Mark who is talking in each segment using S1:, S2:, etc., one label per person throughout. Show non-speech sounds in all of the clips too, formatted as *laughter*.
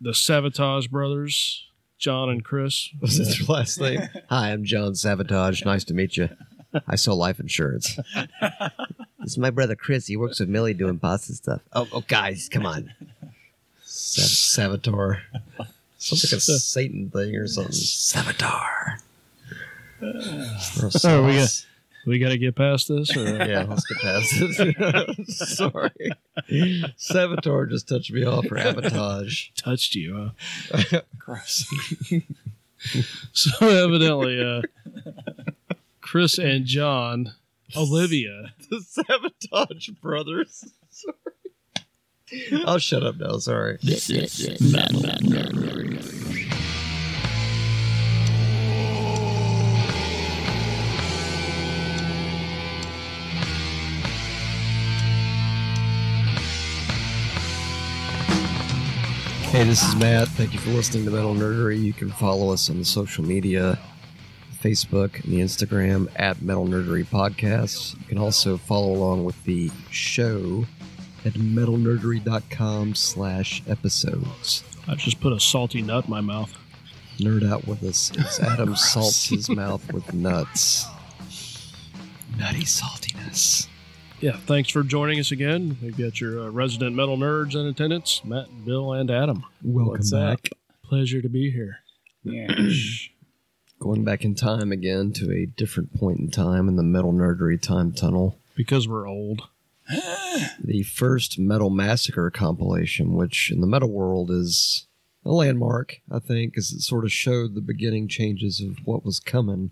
S1: the Sabotage brothers, John and Chris.
S2: Was his last name? Hi, I'm John Savatage. Nice to meet you. I sell life insurance. this is my brother Chris. He works with Millie doing pasta stuff. Oh, oh guys, come on. Sav- Savitar. Sounds like a Satan thing or something. Savitar.
S1: Oh, we got we got to get past this. Or? *laughs*
S2: *laughs* yeah, let's get past this. *laughs* Sorry. Savitar just touched me off for avatage.
S1: Touched you. Huh?
S3: Gross.
S1: *laughs* So evidently, uh, Chris and John, Olivia.
S2: *laughs* The Sabotage Brothers. Sorry. I'll shut up now. Sorry. Hey, this is Matt. Thank you for listening to Metal Nerdery. You can follow us on the social media Facebook and the Instagram at Metal Nerdery Podcast. You can also follow along with the show at metalnerdery.com slash episodes.
S1: I just put a salty nut in my mouth.
S2: Nerd out with us
S3: *laughs*
S2: as Adam salts his mouth with nuts. Nutty saltiness.
S1: Yeah, thanks for joining us again. We've got your uh, resident metal nerds in attendance, Matt, Bill, and Adam.
S2: Welcome
S3: What's up?
S2: back.
S1: Pleasure to be here.
S3: Yeah.
S2: Going back in time again to a different point in time in the metal nerdery time tunnel.
S1: Because we're old.
S2: the first Metal Massacre compilation, which in the metal world is a landmark, I think, because it sort of showed the beginning changes of what was coming,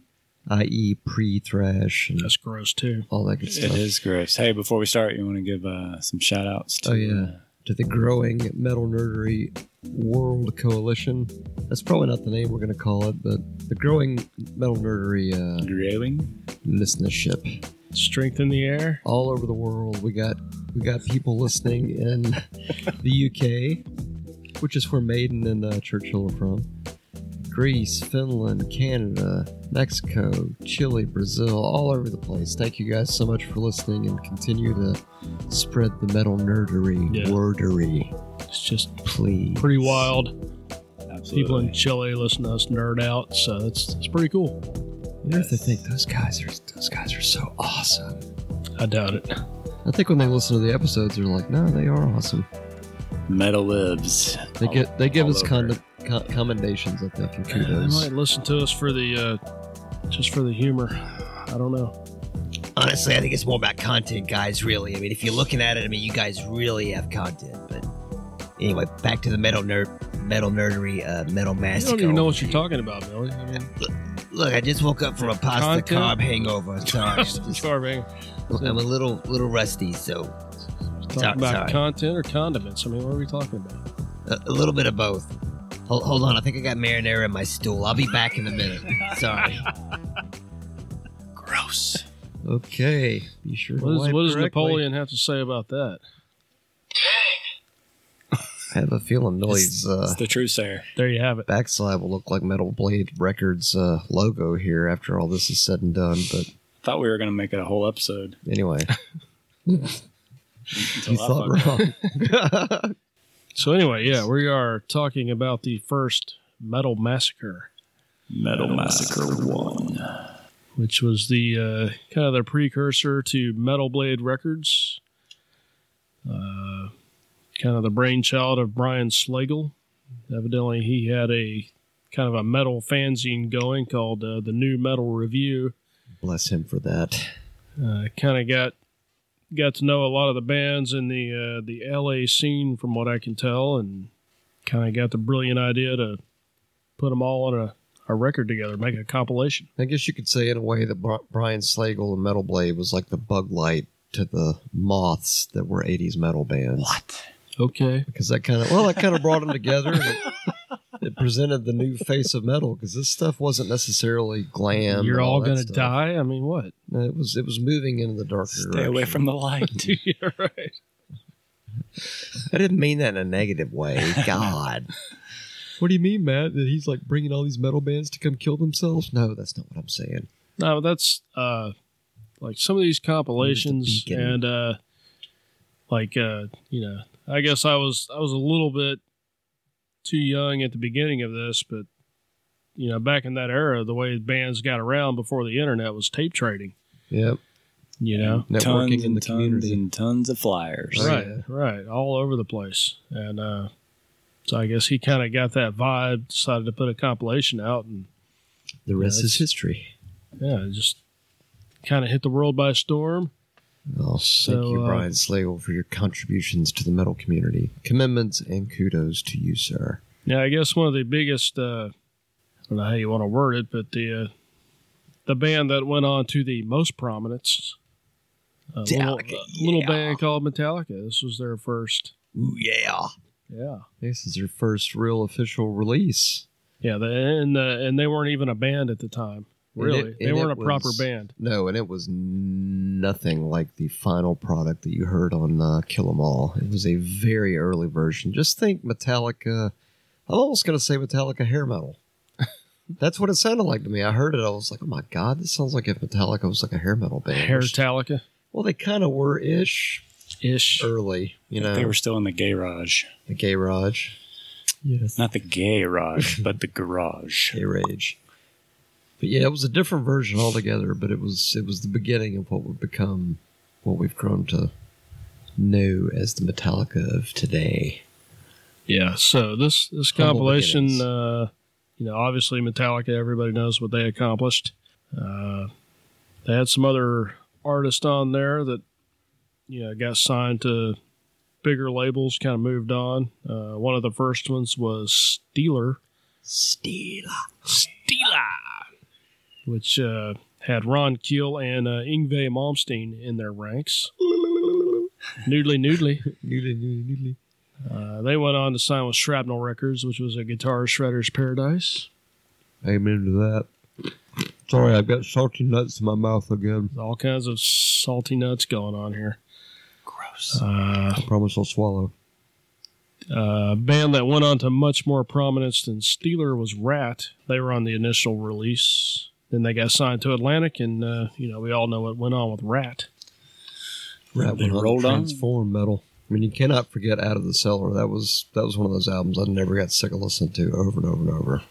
S2: i.e., pre thrash and
S1: That's gross too.
S2: all that good
S3: It
S2: stuff.
S3: is gross. Hey, before we start, you want to give uh, some shout outs to
S2: Oh, yeah. To the growing Metal Nerdery World Coalition. That's probably not the name we're going to call it, but the growing Metal Nerdery
S3: uh,
S2: uh,
S3: Grayling.
S2: listenership.
S1: Strength in the air.
S2: all over the world. We got we got people listening
S1: *laughs*
S2: in the UK, which is where Maiden and uh, Churchill are from. Greece, Finland, Canada, Mexico, Chile, Brazil, all over the place. Thank you guys so much for listening and continue to spread the metal nerdery,
S1: Yeah.
S2: wordery,
S1: It's just
S2: please.
S1: pretty wild.
S3: Absolutely.
S1: People in Chile listen to us nerd out, so that's it's pretty cool.
S2: I wonder if they think those guys are those guys are so awesome.
S1: I doubt it.
S2: I think when they listen to the episodes, they're like, no, they are awesome.
S3: Metal lives.
S2: They
S3: All-
S2: get they give
S3: all
S2: us
S3: over.
S2: con- con- commendations, I think, and
S1: Uh, they
S2: kudos.
S1: might listen to us for the uh, just for the humor. I don't know.
S4: Honestly, I think it's more about content, guys, really. I mean, if you're looking at it, I mean, you guys really have content. But anyway, back to the metal nerd, metal nerdery, uh, metal
S1: I
S4: massacre.
S1: don't even know what you're talking about, Billy. I mean,
S4: Look, I just woke up from a pasta
S1: Content? *laughs*
S4: carb hangover. Sorry, I'm just-
S1: starving.
S4: I'm a little, little rusty, so
S1: Talking
S4: Sorry,
S1: about
S4: sorry.
S1: content or condiments. I mean, what are we talking about?
S4: a, a little bit of both. Hold, hold on, I think I got marinara in my stool. I'll be back in a minute.
S1: *laughs*
S4: Sorry.
S3: gross.
S2: Okay. You sure? to
S1: What, is,
S2: wipe
S1: what does
S2: correctly.
S1: Napoleon have to say about that?
S2: I have a feeling
S3: It's,
S2: Billy's uh,
S3: it's the truth sayer.
S1: There you have it.
S2: backslide will look like Metal Blade Records uh, logo here after all this is said and done. But
S3: Thought we were gonna make it a whole episode.
S1: *laughs*
S2: anyway,
S3: until
S2: you
S3: I
S2: thought
S3: fucked
S2: wrong.
S1: So anyway, yeah, we are talking about the first Metal Massacre,
S3: Metal Massacre One.
S1: which was the uh, kind of the precursor to Metal Blade Records, uh, kind of the brainchild of Brian Slagle. Evidently, he had a kind of a metal fanzine going called uh, the New Metal Review.
S2: Bless him for that.
S1: uh, kind of got got to know a lot of the bands in the uh, the LA scene from what I can tell, and kind of got the brilliant idea to put them all on a, a record together, make a compilation.
S2: I guess you could say in a way that Bri- Brian Slagle and Metal Blade was like the bug light to the moths that were 80s metal bands.
S3: What?
S1: Okay,
S2: because that kind of well, that kind of brought them together. and It, it presented the new face of metal because this stuff wasn't necessarily glam.
S1: you're
S2: and
S1: all
S2: that
S1: gonna
S2: stuff.
S1: die. I mean, what?
S2: No, It was it was moving into the darker.
S3: Stay away
S2: direction.
S3: from
S1: *laughs*
S2: *laughs*
S3: the *laughs* light.
S1: You're right.
S2: I didn't mean that in a negative *laughs* way. God. what do you mean, Matt? That he's like bringing all these metal bands to come kill themselves? No, that's not what I'm saying.
S1: No, that's uh, like some of these compilations
S2: beacon.
S1: and uh, like uh, you know, I guess I was I was a little bit too young at the beginning of this, but you know, back in that era, the way bands got around before the internet was tape trading.
S2: Yep.
S1: You know,
S2: Networking
S3: tons
S2: in the
S3: and tons
S2: community.
S3: and tons of flyers.
S2: Oh,
S1: right
S2: yeah.
S1: right all over the place and uh so i guess he kind of got that vibe decided to put a compilation out and
S2: The rest
S1: That's-
S2: is history.
S1: yeah it just kind of hit the world by storm
S2: Oh, thank
S1: So,
S2: you,
S1: uh,
S2: Brian Slagle, for your contributions to the metal community. Commitments and kudos to you, sir.
S1: yeah i guess one of the biggest uh i don't know how you want to word it but the uh the band that went on to the most prominence a little,
S4: Metallica,
S1: a little
S4: yeah.
S1: band called metallica this was their first
S4: Ooh, yeah.
S1: yeah
S2: This is your first real official release.
S1: yeah the, and the, and they weren't even a band at the time
S2: And it-
S1: really they
S2: and it
S1: weren't a proper
S2: was-
S1: band
S2: No, and it was nothing like the final product that you heard on uh, Kill 'Em All. It was a very early version. Just think Metallica. I'm almost going to say Metallica hair metal. *laughs* That's what it sounded like to me. I heard it. I was like, oh my God, this sounds like if Metallica was like a hair metal band.
S1: hair metallica
S2: well, they kind of were ish
S1: ish
S2: early, you know,
S3: They were still in the garage.
S2: the gay Raj. Yes.
S3: Not
S2: *laughs*
S3: the garage, but the garage.
S2: Gay Rage. But yeah, it was a different version altogether, but it was it was the beginning of what would become what we've grown to know as the Metallica of today.
S1: Yeah. So this this
S2: Humble
S1: compilation,
S2: beginnings.
S1: uh, you know, obviously Metallica. Everybody knows what they accomplished. Uh, they had some other artists on there that you know got signed to bigger labels, kind of moved on. Uh, one of the first ones was Steeler,
S2: Steel.
S1: which uh, had Ron Keel and uh, Ingve Malmsteen in their ranks. Noodly, noodly. Uh, they went on to sign with Shrapnel Records, which was a guitar shredder's paradise.
S2: Amen to that. Sorry, I've got salty nuts in my mouth again.
S1: all kinds of salty nuts going on here.
S3: Gross.
S1: Uh,
S2: I promise I'll swallow.
S1: a band that went on to much more prominence than Steeler was Rat. They were on the initial release. Then they got signed to Atlantic, and uh, you know we all know what went on with Rat.
S2: That went
S3: They
S2: on to
S3: rolled on.
S2: transform metal. I mean, you cannot forget Out of the Cellar. That was that was one of those albums I never got sick of listening to over and over and over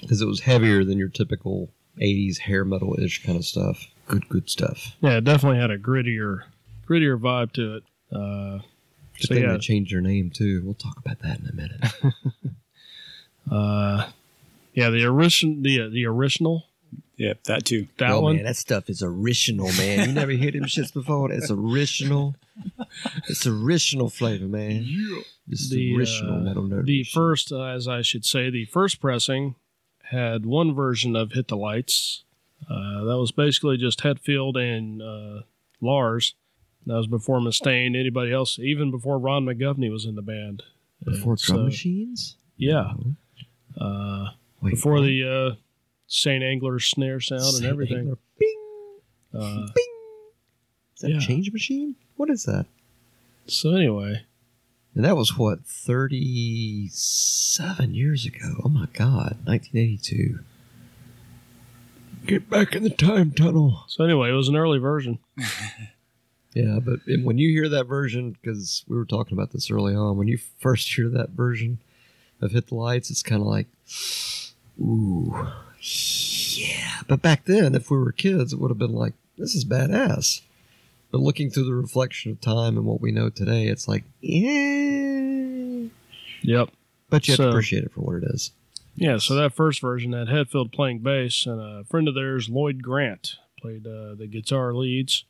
S2: because it was heavier than your typical '80s hair metal ish kind of stuff. Good, good stuff.
S1: Yeah, it definitely had a grittier, grittier vibe to it. Uh,
S2: Good
S1: So,
S2: thing
S1: yeah.
S2: they changed their name too. We'll talk about that in
S1: *laughs*
S2: a minute.
S1: uh, yeah, the original, the the original
S3: Yep, that too.
S1: that
S4: oh,
S1: one.
S4: man, that stuff is original,
S2: you
S4: man.
S1: *laughs*
S2: never hear them shits before. It's original. It's original flavor, man. It's
S1: The,
S2: original
S1: uh,
S2: metal nerd.
S1: The
S2: shit.
S1: first, uh, as I should say, the first pressing had one version of Hit the Lights. Uh, that was basically just Hetfield and uh, Lars. That was before Mustaine, anybody else, even before Ron McGovney was in the band.
S2: before
S1: And
S2: drum
S1: so-
S2: machines.
S1: Yeah. Uh,
S2: Wait,
S1: before
S2: what?
S1: the uh, St. Angler snare sound
S2: Saint
S1: and everything.
S2: Anger. Bing.
S1: Uh,
S2: Is that
S1: Yeah.
S2: a change machine? What is that?
S1: so, anyway,
S2: And that was what, 37 years ago? Oh my God, 1982. Get back in the time tunnel.
S1: so anyway, it was an early version.
S2: Yeah, but it- when you hear that version, because we were talking about this early on, when you first hear that version of Hit the Lights, it's kind of like, ooh, yeah. But back then, if we were kids, it would have been like, this is badass. But looking through the reflection of time and what we know today, it's like, yeah.
S1: Yep.
S2: But you have
S1: So-
S2: to appreciate it for what it is.
S1: Yeah, so that first version had Hetfield playing bass, and a friend of theirs, Lloyd Grant, played uh, the guitar leads.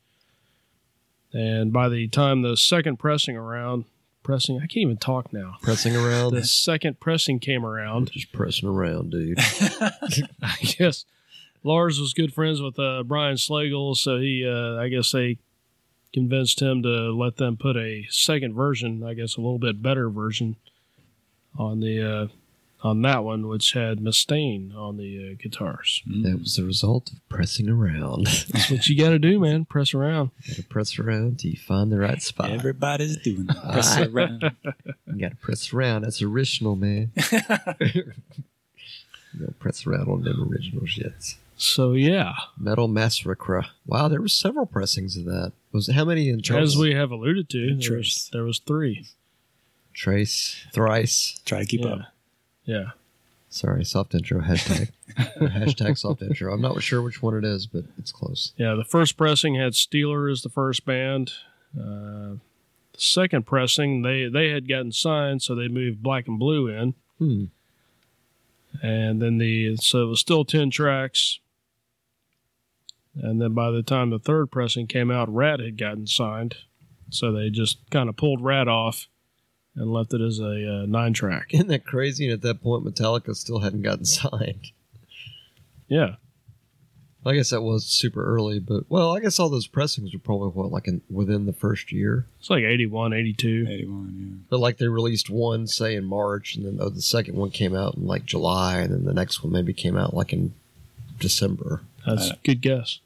S1: And by the time the second pressing around, pressing, I can't even talk now.
S2: Pressing around.
S1: The second pressing came around.
S2: just pressing around, *laughs* dude.
S1: I *laughs* guess Lars was good friends with uh, Brian Slagle, so he, uh, I guess they convinced him to let them put a second version, I guess a little bit better version, on the uh, on that one, which had Mustaine on the uh, guitars.
S3: Hmm.
S2: that was the result of pressing around. *laughs*
S1: That's what you got to do, man. Press around.
S2: gotta press around till you find the right spot. *laughs*
S3: Everybody's doing that. Press it around.
S2: you gotta press around. That's original, man. you gotta press around on them original shits.
S1: So yeah,
S2: Metal Massacre. Wow, there were several pressings of that. Was how many in
S1: as
S2: Charles?
S1: we have alluded to, there was,
S3: Interest.
S1: there was three.
S2: Trace, thrice.
S3: Try to keep
S1: yeah.
S3: up.
S1: Yeah.
S2: Sorry, soft intro hashtag. hashtag soft intro. I'm not sure which one it is, but it's close.
S1: Yeah, the first pressing had Steeler as the first band. Uh, the second pressing, they they had gotten signed, so they moved Black and Blue in,
S2: Hmm.
S1: and then the so it was still ten tracks. And then by the time the third pressing came out, Rat had gotten signed, so they just kind of pulled Rat off and left it as a uh, nine
S2: *laughs*
S1: track.
S2: Isn't that crazy? And at that point, Metallica still hadn't gotten *laughs* signed.
S1: Yeah,
S2: I guess that was super early, but well, I guess all those pressings were probably what like in, within the first year.
S1: it's like 81, 82.
S3: 81,
S2: But like they released one, say in March, and then oh, the second one came out in like July, and then the next one maybe came out like in December.
S1: That's a good guess.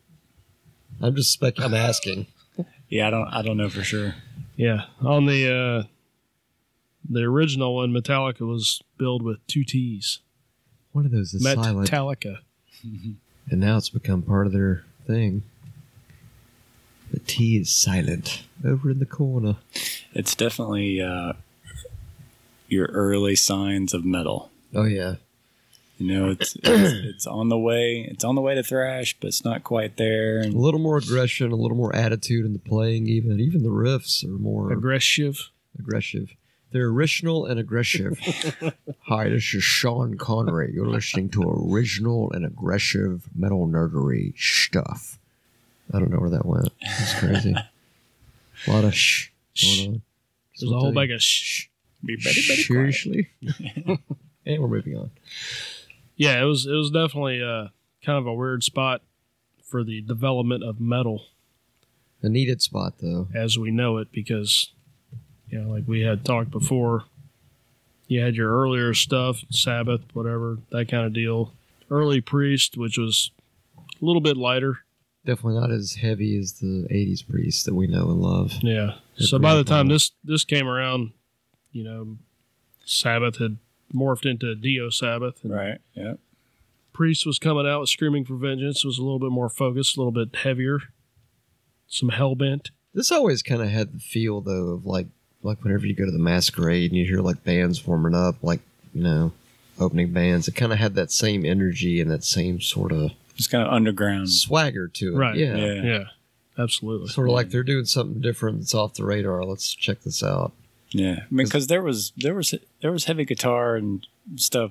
S2: I'm just spec. I'm asking.
S3: yeah. Yeah, I don't I don't know for sure.
S1: Yeah, on the uh, the original one, Metallica was billed with two T's.
S2: One of those is silent,
S1: Metallica.
S2: and now it's become part of their thing. The T is silent over in the corner.
S3: It's definitely uh, your early signs of metal.
S2: Oh yeah,
S3: You know, it's,
S2: *clears throat*
S3: it's it's on the way. It's on the way to thrash, but it's not quite there.
S2: a
S3: And
S2: little more aggression, a little more attitude in the playing. Even even the riffs are more
S1: Aggressive.
S2: aggressive. They're original and aggressive. Hi, this is Sean Connery. You're listening to original and aggressive metal nerdery stuff. I don't know where that went. It's crazy. a lot of shh going on.
S1: There's a whole bag of shh.
S3: be better, better quiet.
S2: Seriously? *laughs* and we're moving on.
S1: Yeah, it was it was definitely uh, kind of a weird spot for the development of metal
S2: A needed spot, though.
S1: as we know it, because you know, like we had talked before, you had your earlier stuff, Sabbath, whatever, that kind of deal. Early Priest, which was a little bit lighter.
S2: Definitely not as heavy as the 80s priest that we know and love.
S1: Yeah.
S2: They're
S1: so by
S2: pretty
S1: the time
S2: cool.
S1: this this came around, you know, Sabbath had morphed into Dio Sabbath, and
S3: Right. Yep.
S1: Priest was coming out with Screaming for Vengeance was a little bit more focused, a little bit heavier, some Hellbent.
S2: This always kind of had the feel though of like like whenever you go to the masquerade and you hear like bands forming up, like you know, opening bands. It kind of had that same energy and that same sort of
S3: Just kind of underground.
S2: swagger to it.
S1: Right,
S2: Yeah.
S3: Yeah.
S1: Yeah, absolutely.
S2: Sort of like they're doing something different that's off the radar. Let's check this out.
S3: Yeah. I mean, because there was there was there was heavy guitar and stuff,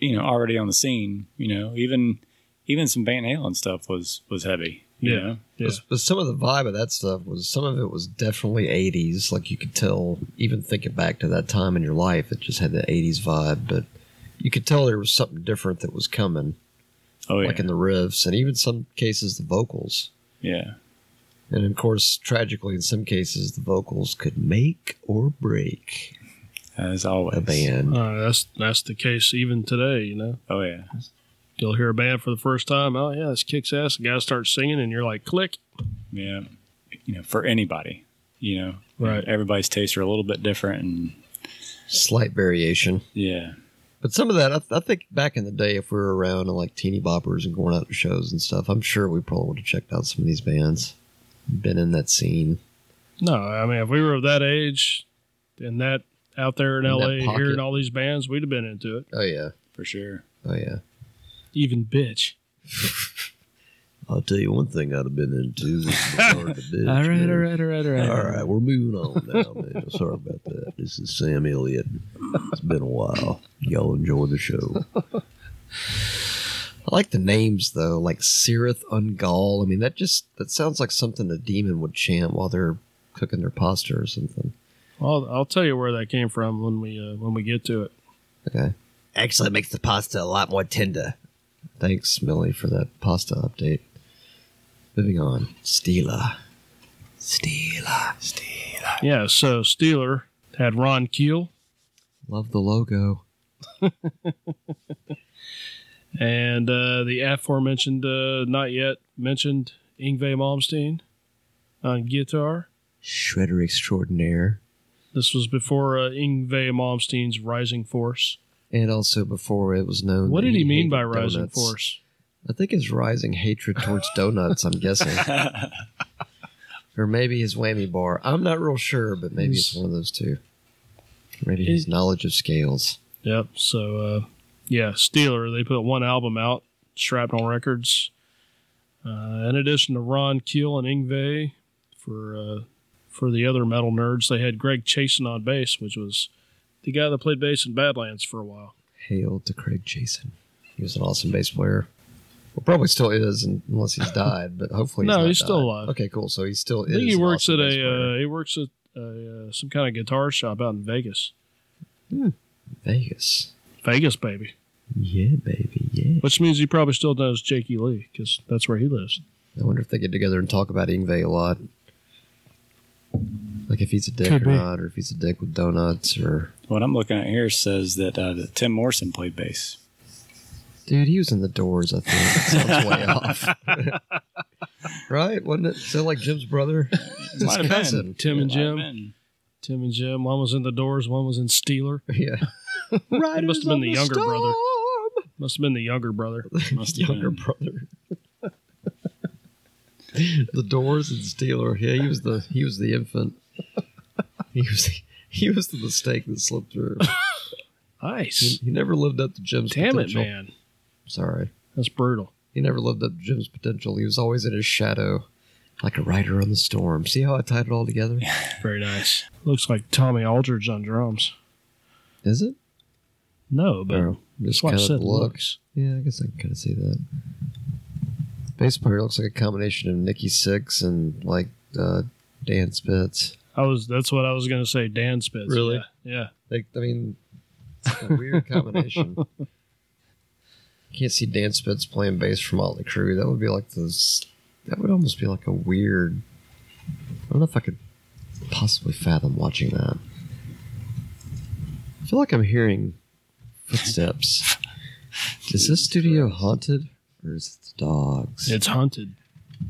S3: you know, already on the scene. You know, even even some Van Halen stuff was was heavy. You
S1: Yeah.
S3: Know?
S1: Yeah.
S2: But- But some of the vibe of that stuff was some of it was definitely 80s. Like you could tell, even thinking back to that time in your life, it just had that 80s vibe. But you could tell there was something different that was coming,
S3: Oh yeah.
S2: like in the riffs and even some cases the vocals.
S3: yeah.
S2: And of course, tragically, in some cases, the vocals could make or break
S3: As always.
S2: a band.
S1: Uh, that's that's the case even today. You know,
S3: Oh yeah.
S1: you'll hear a band for the first time. Oh yeah, this kicks ass. The guy starts singing, and you're like, click.
S3: Yeah. You know, for anybody. You know.
S1: Right.
S3: Everybody's tastes are a little bit different, and
S2: Slight variation.
S3: yeah.
S2: But some of that, I, I think back in the day, if we were around and like teeny boppers and going out to shows and stuff, I'm sure we probably would have checked out some of these bands. Been in that scene.
S1: No, I mean, if we were of that age, and that out there in,
S2: In that
S1: L.A.
S2: pocket.
S1: hearing all these bands, we'd have been into it.
S2: Oh, yeah.
S3: For sure.
S2: Oh, yeah.
S1: Even bitch.
S2: I'll tell you one thing I'd have been into. Was
S3: *laughs*
S2: the Lord of the Bitch, man.
S3: right, all right, all
S2: All right, we're moving on now, man. Sorry about that. This is Sam Elliott. It's been a while. Y'all enjoy the
S3: *laughs*
S2: show. I like the names though, like Sirith Ungal. I mean, that just that sounds like something a demon would chant while they're cooking their pasta or something.
S1: I'll, I'll tell you where that came from when we uh, when we get to it.
S2: Okay,
S4: Actually, it makes the pasta a lot more tender.
S2: thanks, Millie, for that pasta update. Moving on, Stila.
S4: Stila. Stila.
S1: Yeah, so Steeler had Ron Keel,
S2: Love the logo.
S1: and uh, the aforementioned, uh, not yet mentioned, Ingve Malmsteen on guitar.
S2: Shredder extraordinaire.
S1: This was before uh, Ingve Malmsteen's Rising Force.
S2: And also before it was known.
S1: What
S2: that
S1: did he mean
S2: hated
S1: by Rising
S2: donuts.
S1: Force?
S2: I think his rising hatred
S1: *laughs*
S2: towards donuts, I'm guessing. or maybe his whammy bar. I'm not real sure, but maybe it's one of those two. Maybe his knowledge of scales.
S1: Yep. So, uh, yeah, Steeler. They put one album out, Shrapnel Records. Uh, in addition to Ron Keel and Ingve, for uh, for the other metal nerds, they had Greg Chasin on bass, which was the guy that played bass in Badlands for a while.
S2: Hail to Craig Jason. He was an awesome bass player. Well, probably still is, and-
S1: *laughs*
S2: unless he's died. But hopefully, he's
S1: No,
S2: not
S1: he's still
S2: died.
S1: alive.
S2: Okay, cool. So he still
S1: I
S2: is.
S1: think he
S2: an
S1: works
S2: awesome
S1: at
S2: bass player.
S1: a uh, he works at a, uh, some kind of guitar shop out in Vegas.
S2: Vegas.
S1: Vegas, baby.
S2: Yeah, baby. Yeah.
S1: Which means he probably still knows Jakey Lee because that's where he lives.
S2: I wonder if they get together and talk about Ingve a lot. Like if he's a dick
S1: Could
S2: or
S1: be.
S2: not, or if he's a dick with donuts, or
S3: What I'm looking at here says that, uh, that Tim Morrison played bass.
S2: dude, he was in the Doors. I think that sounds
S1: *laughs*
S2: way off. *laughs* right? Wasn't it? So like Jim's brother, his
S3: Might have
S2: cousin,
S3: been.
S1: Tim and
S3: Might have
S1: Jim.
S3: been.
S1: Tim and Jim. One was in the Doors. One was in Steeler.
S2: Yeah.
S1: *laughs* It must have been the younger brother.
S2: brother.
S1: Must have been the younger brother.
S2: *laughs*
S3: Must have
S2: younger
S3: been.
S2: brother. the Doors and Steeler. Yeah, he was the he was the infant. *laughs* He was he was the mistake that slipped through. He,
S1: Nice.
S2: he never lived up to Jim's
S1: Damn it,
S2: potential.
S1: man.
S2: Sorry.
S1: That's brutal.
S2: He never lived up to Jim's potential. He was always in his shadow, like a rider on the storm. See how I tied it all together?
S1: Very nice. Looks like Tommy Aldridge on drums.
S2: Is it?
S1: No, but
S2: No,
S1: that's
S2: just
S1: why I
S2: kinda
S1: said
S2: look.
S1: Oh, looks.
S2: Yeah, I guess I can kind of see that. Bass player looks like a combination of Nikki Six and like uh, Dan Spitz.
S1: I was. That's what I was gonna say. Dan Spitz.
S2: Really?
S1: Yeah. yeah.
S2: Like, I mean, it's a weird combination. Can't see Dan Spitz playing bass for Motley Crue. That would be like this. That would almost be like a weird. I don't know if I could possibly fathom watching that. I feel like I'm hearing footsteps. is this studio haunted or is it the dogs?
S1: It's hunted.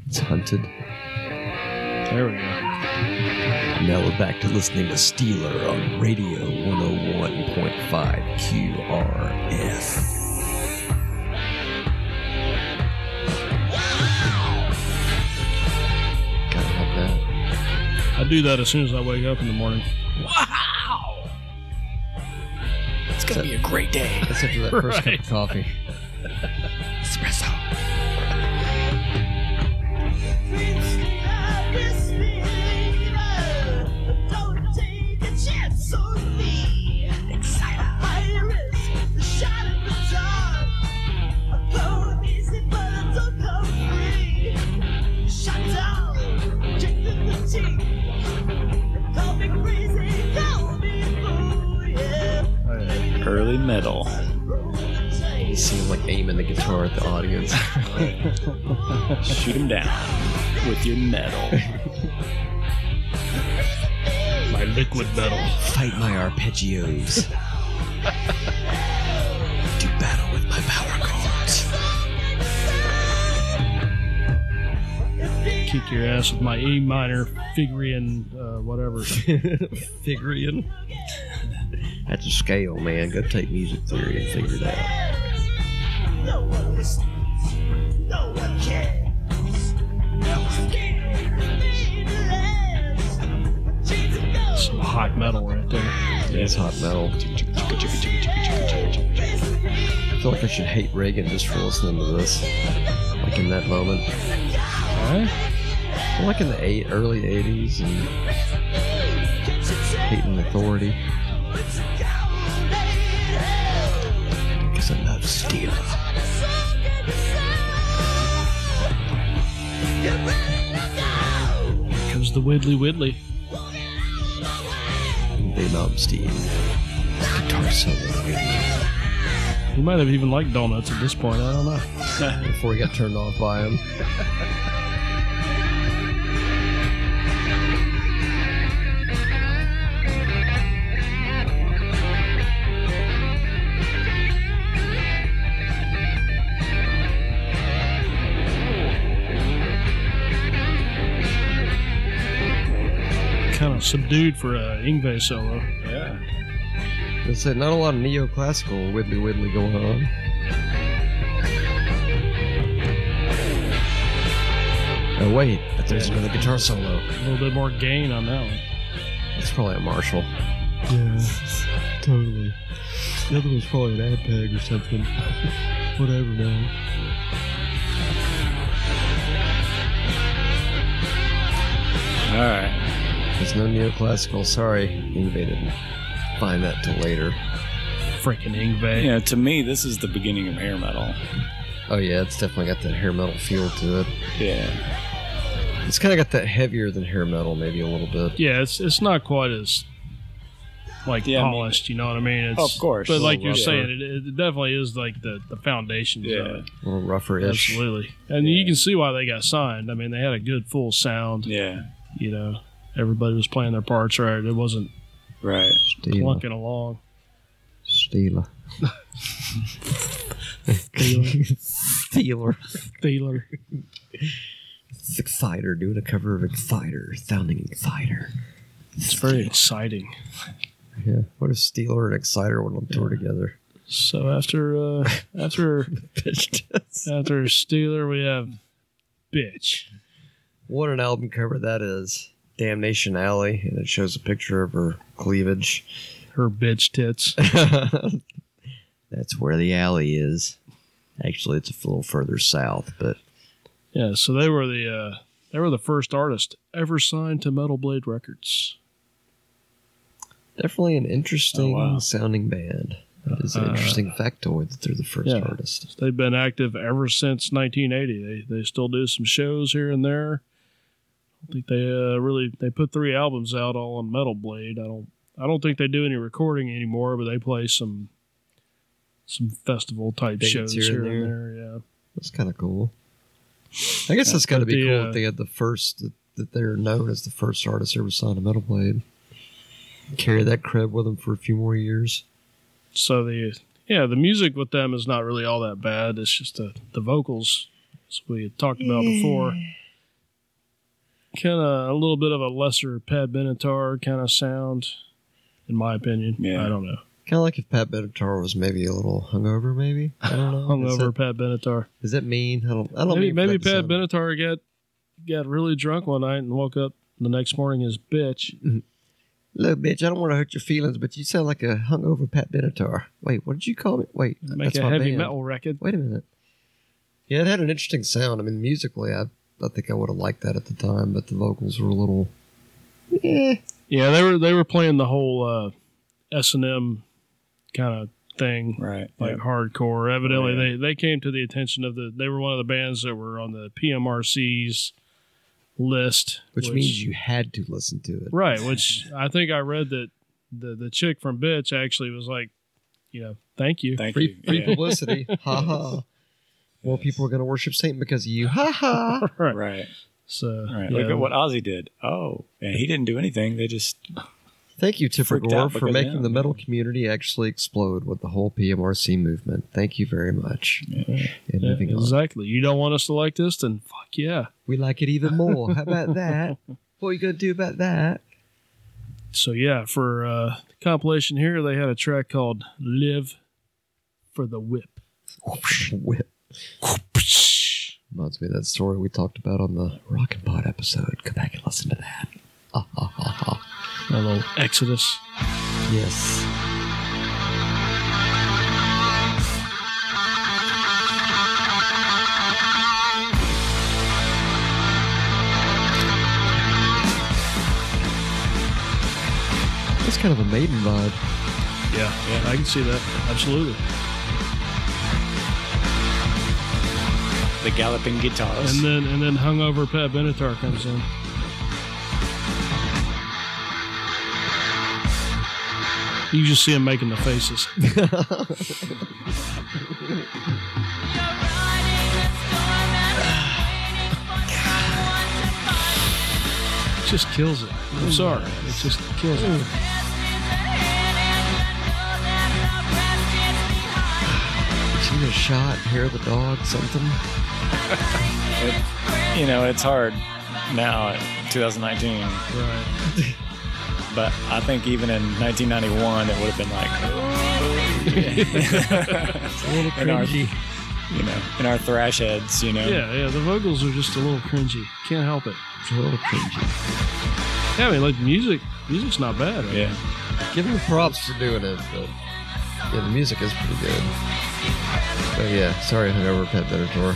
S2: It's hunted.
S1: There we go.
S2: Now we're back to listening to Steeler on Radio 101.5 QRF. Gotta have
S1: I do that as soon as I wake up in the morning.
S4: It's gonna be a great day.
S2: that. That's after that first cup of *laughs* coffee.
S4: Espresso.
S1: Oh, yeah.
S3: Early metal.
S2: You see him like aiming the guitar at the audience.
S3: Shoot him down with your metal.
S1: My liquid metal.
S2: Fight my arpeggios. Do battle with my power chords.
S1: Kick your ass with my E minor figurine, uh, whatever.
S2: Figuring. That's a scale, man. Go take music theory and figure it out.
S5: No one listens. No one cares. No one cares.
S1: Some hot metal right there.
S2: It's hot metal. I feel like I should hate Reagan just for listening to this. Like in that moment.
S1: Alright.
S2: Well, Like in the eight, early 80s and hating authority. Because I love stealing.
S1: Here comes the Widdly Widdly.
S2: They love stealing. Guitar solo.
S1: He might have even liked donuts at this point. I don't know.
S2: Before he got turned off by him.
S1: Kind of subdued for a Ingve solo.
S3: Yeah.
S2: I said, not a lot of neoclassical widdly widdly going on. Oh, wait, but there's another guitar solo.
S1: A little bit more gain on that one.
S2: It's probably a Marshall. Yeah, totally. The other one's probably an ad peg or something. Whatever, man.
S3: All right.
S2: It's no neoclassical. Sorry, Ingve didn't find that till later.
S1: Freaking Ingve.
S3: You know, to me, this is the beginning of hair metal.
S2: Oh yeah, it's definitely got that hair metal feel to it.
S3: Yeah.
S2: It's kind of got that heavier than hair metal, maybe a little bit.
S1: Yeah, it's it's not quite as like
S3: Yeah, I mean-
S1: polished. you know what I mean? It's,
S3: Oh, of course.
S1: But like
S2: A
S1: you're
S2: little
S1: saying, it, it definitely is like the the foundations.
S3: Yeah.
S1: Of it.
S2: A little rougher ish.
S1: Absolutely. And
S3: Yeah.
S1: you can see why they got signed. I mean, they had a good full sound.
S3: Yeah.
S1: You know, everybody was playing their parts right. It wasn't
S3: Right.
S2: Stila.
S1: plunking along.
S2: Stila. Steeler.
S1: Thieler.
S2: Exciter doing a cover of Exciter, sounding Exciter.
S1: It's very exciting.
S2: Yeah. What if Steeler and Exciter went on tour *laughs* together?
S1: So after uh,
S3: *laughs*
S1: after
S2: Bitch does.
S1: after Steeler, we have bitch.
S2: What an album cover that is. Damnation Alley, and it shows a picture of her *laughs* cleavage.
S1: Her bitch tits.
S2: That's where the alley is. Actually, it's a little further south, but
S1: Yeah. So they were the uh, they were the first artist ever signed to Metal Blade Records.
S2: definitely an interesting
S3: Oh, wow.
S2: sounding band. That is an
S1: Uh,
S2: interesting factoid that they're the first
S1: yeah.
S2: artist.
S1: They've been active ever since 1980. They they still do some shows here and there. I think they uh, really they put three albums out all on Metal Blade. I don't I don't think they do any recording anymore, but they play some some festival type
S2: Dates
S1: shows here, and there. Yeah.
S2: That's kind of cool. I guess that's got to
S1: But
S2: be
S1: the,
S2: cool
S1: uh,
S2: that they had the first that, that they're known as the first artist ever signed a metal blade. Carry that crib with them for a few more years.
S1: So the yeah the music with them is not really all that bad. It's just the the vocals, as we had talked about before. Kind of a little bit of a lesser Pat Benatar kind of sound, in my opinion.
S3: Yeah.
S1: I don't know.
S2: Kind of like if Pat Benatar was maybe a little hungover, maybe I don't know.
S1: *laughs*
S2: Is
S1: hungover
S2: that,
S1: Pat Benatar.
S2: is that mean? I don't. I don't
S1: Maybe,
S2: mean.
S1: maybe
S2: for
S1: Pat
S2: that to sound-
S1: Benatar got got really drunk one night and woke up the next morning as bitch.
S2: Look, bitch, I don't want to hurt your feelings, but you sound like a hungover Pat Benatar. Wait, what did you call me? Wait,
S1: Make
S2: that's
S1: a
S2: my
S1: heavy
S2: band.
S1: metal record.
S2: Wait a minute. Yeah, it had an interesting sound. I mean, musically, I, I think I would have liked that at the time, but the vocals were a little. Eh.
S1: Yeah, they were they were playing the whole uh, S and M kind of thing.
S3: Right.
S1: Like hardcore. Evidently,
S3: Oh,
S1: they, they came to the attention of the. They were one of the bands that were on the PMRC's list,
S2: Which, means you had to listen to it.
S3: *laughs*
S1: right? Which I think I read that the the chick from Bitch actually was like, you know, thank you.
S3: Thank
S2: Free,
S3: you.
S2: free
S3: Yeah.
S2: publicity. ha ha. More people are going to worship Satan because of you. Ha ha.
S1: right.
S3: Right.
S1: *laughs* So
S3: Right.
S1: yeah.
S3: Look at what Ozzy did. Oh, and he didn't do anything. They just
S2: Thank you, Tipper
S3: Freaked
S2: Gore,
S3: out
S2: for
S3: because of
S2: making
S3: him.
S2: the metal community actually explode with the whole PMRC movement. Thank you very much. And
S1: Yeah,
S2: moving on.
S1: exactly. You don't want us to like this, then fuck yeah.
S2: We like it even more. How about
S3: *laughs*
S2: that? What are you going to do about that?
S1: So yeah, for uh, the compilation here, they had a track called "Live for the Whip."
S2: Whip. Reminds me of that story we talked about on the Rock and Pod episode. Go back and listen to that. *laughs* Ah, ah, ah, ah.
S1: A little Exodus.
S2: Yes. That's kind of a maiden vibe.
S1: Yeah, yeah, I can see that. Absolutely.
S3: the galloping guitars.
S1: And then and then hungover Pat Benatar comes in. You just see him making the faces. just kills it. I'm sorry. It just kills it.
S2: She a shot, hair of the dog, something.
S3: you know, it's hard now, at 2019.
S1: Right.
S3: But I think even in 1991, it would have been like,
S2: It's a *laughs* little
S3: *laughs* And our-
S2: cringy.
S3: you know, in our thrash heads, you know.
S1: Yeah, yeah. The vocals are just a little cringy. Can't help it.
S2: It's a little cringy.
S1: Yeah, I mean, like the music Music's not bad. right?
S3: Yeah.
S2: *laughs* Give him props for doing it, but yeah, the music is pretty good. But yeah, sorry I never pet better *laughs* tour.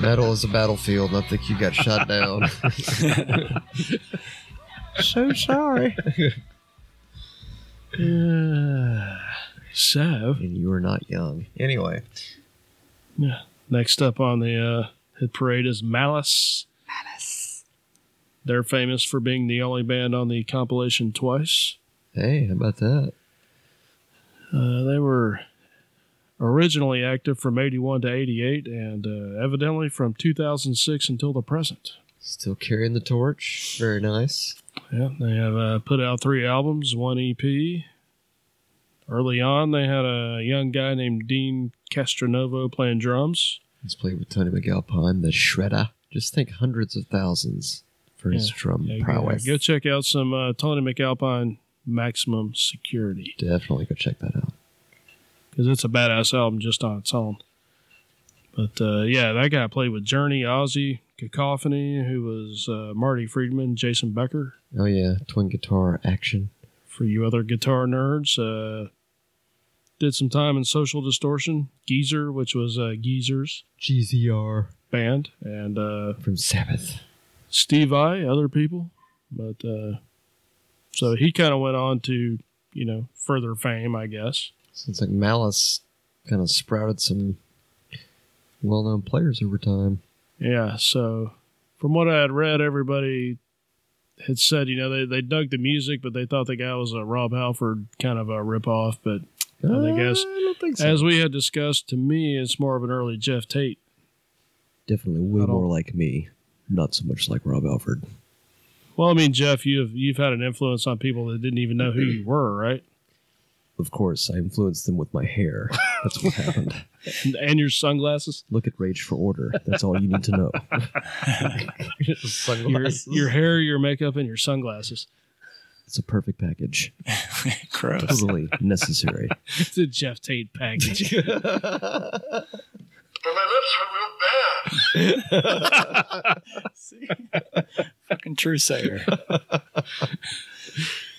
S2: Metal is a battlefield, and I think you got shot down.
S1: so sorry. Uh, so,
S2: *laughs* and you were not young. Anyway,
S1: next up on the uh, hit parade is Malice. Malice. They're famous for being the only band on the compilation twice.
S2: hey, how about that?
S1: Uh, they were originally active from 81 to 88 and uh, evidently from 2006 until the present.
S2: Still carrying the torch. Very nice.
S1: Yeah, they have uh, put out three albums, one EP. Early on, they had a young guy named Dean Castronovo playing drums.
S2: He's played with Tony McAlpine, the Shredder. Just think hundreds of thousands for his
S1: Yeah.
S2: drum
S1: Yeah, go,
S2: prowess.
S1: go check out some uh, Tony McAlpine Maximum Security
S2: Definitely go check that out.
S1: because it's a badass album just on its own. But uh, yeah, that guy played with Journey, Ozzy, Cacophony, who was uh, Marty Friedman, Jason Becker.
S2: Oh yeah, twin guitar action.
S1: For you other guitar nerds, uh, did some time in Social Distortion, Geezer, which was uh, Geezer's
S2: GZR
S1: band, and uh,
S2: from Sabbath.
S1: Steve I, other people. But uh, so he kind of went on to, you know, further fame, I guess.
S2: Sounds like Malice kind of sprouted some well-known players over time.
S1: Yeah. So from what I had read, everybody had said, you know, they, they dug the music, but they thought the guy was a Rob Halford kind of a ripoff. But I think as-
S2: don't think
S1: as we had discussed, to me, it's more of an early Jeff Tate.
S6: Definitely way
S1: I don't-
S6: more like me, not so much like Rob Alford.
S1: Well, I mean, Jeff, you've you've had an influence on people that didn't even know who you were, right?
S6: Of course, I influenced them with my hair. That's what happened.
S1: *laughs* And, and your sunglasses.
S6: Look at Rage for Order. That's all you need to
S1: *laughs*
S2: *laughs*
S6: know.
S1: your, your hair, your makeup, and your sunglasses.
S6: It's a perfect
S2: *laughs*
S6: package.
S3: Gross.
S6: Totally necessary.
S1: It's a Jeff Tate package.
S5: But my lips are real bad.
S3: Fucking
S2: *laughs*
S3: true sayer.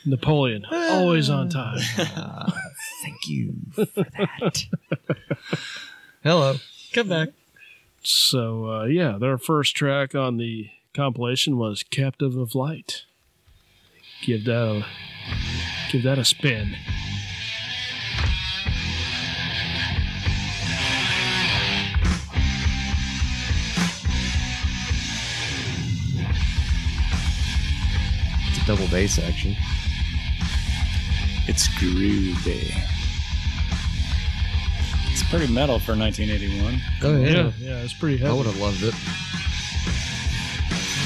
S1: Napoleon, always on time.
S6: Thank you.
S2: Hello, come back.
S1: So uh, yeah, their first track on the compilation was "Captive of Light." Give that a give that a spin.
S2: It's a double bass action.
S3: It's groovy. It's pretty metal for 1981.
S2: Oh yeah,
S1: Yeah, yeah, it's pretty
S2: I
S1: heavy.
S2: would have loved it.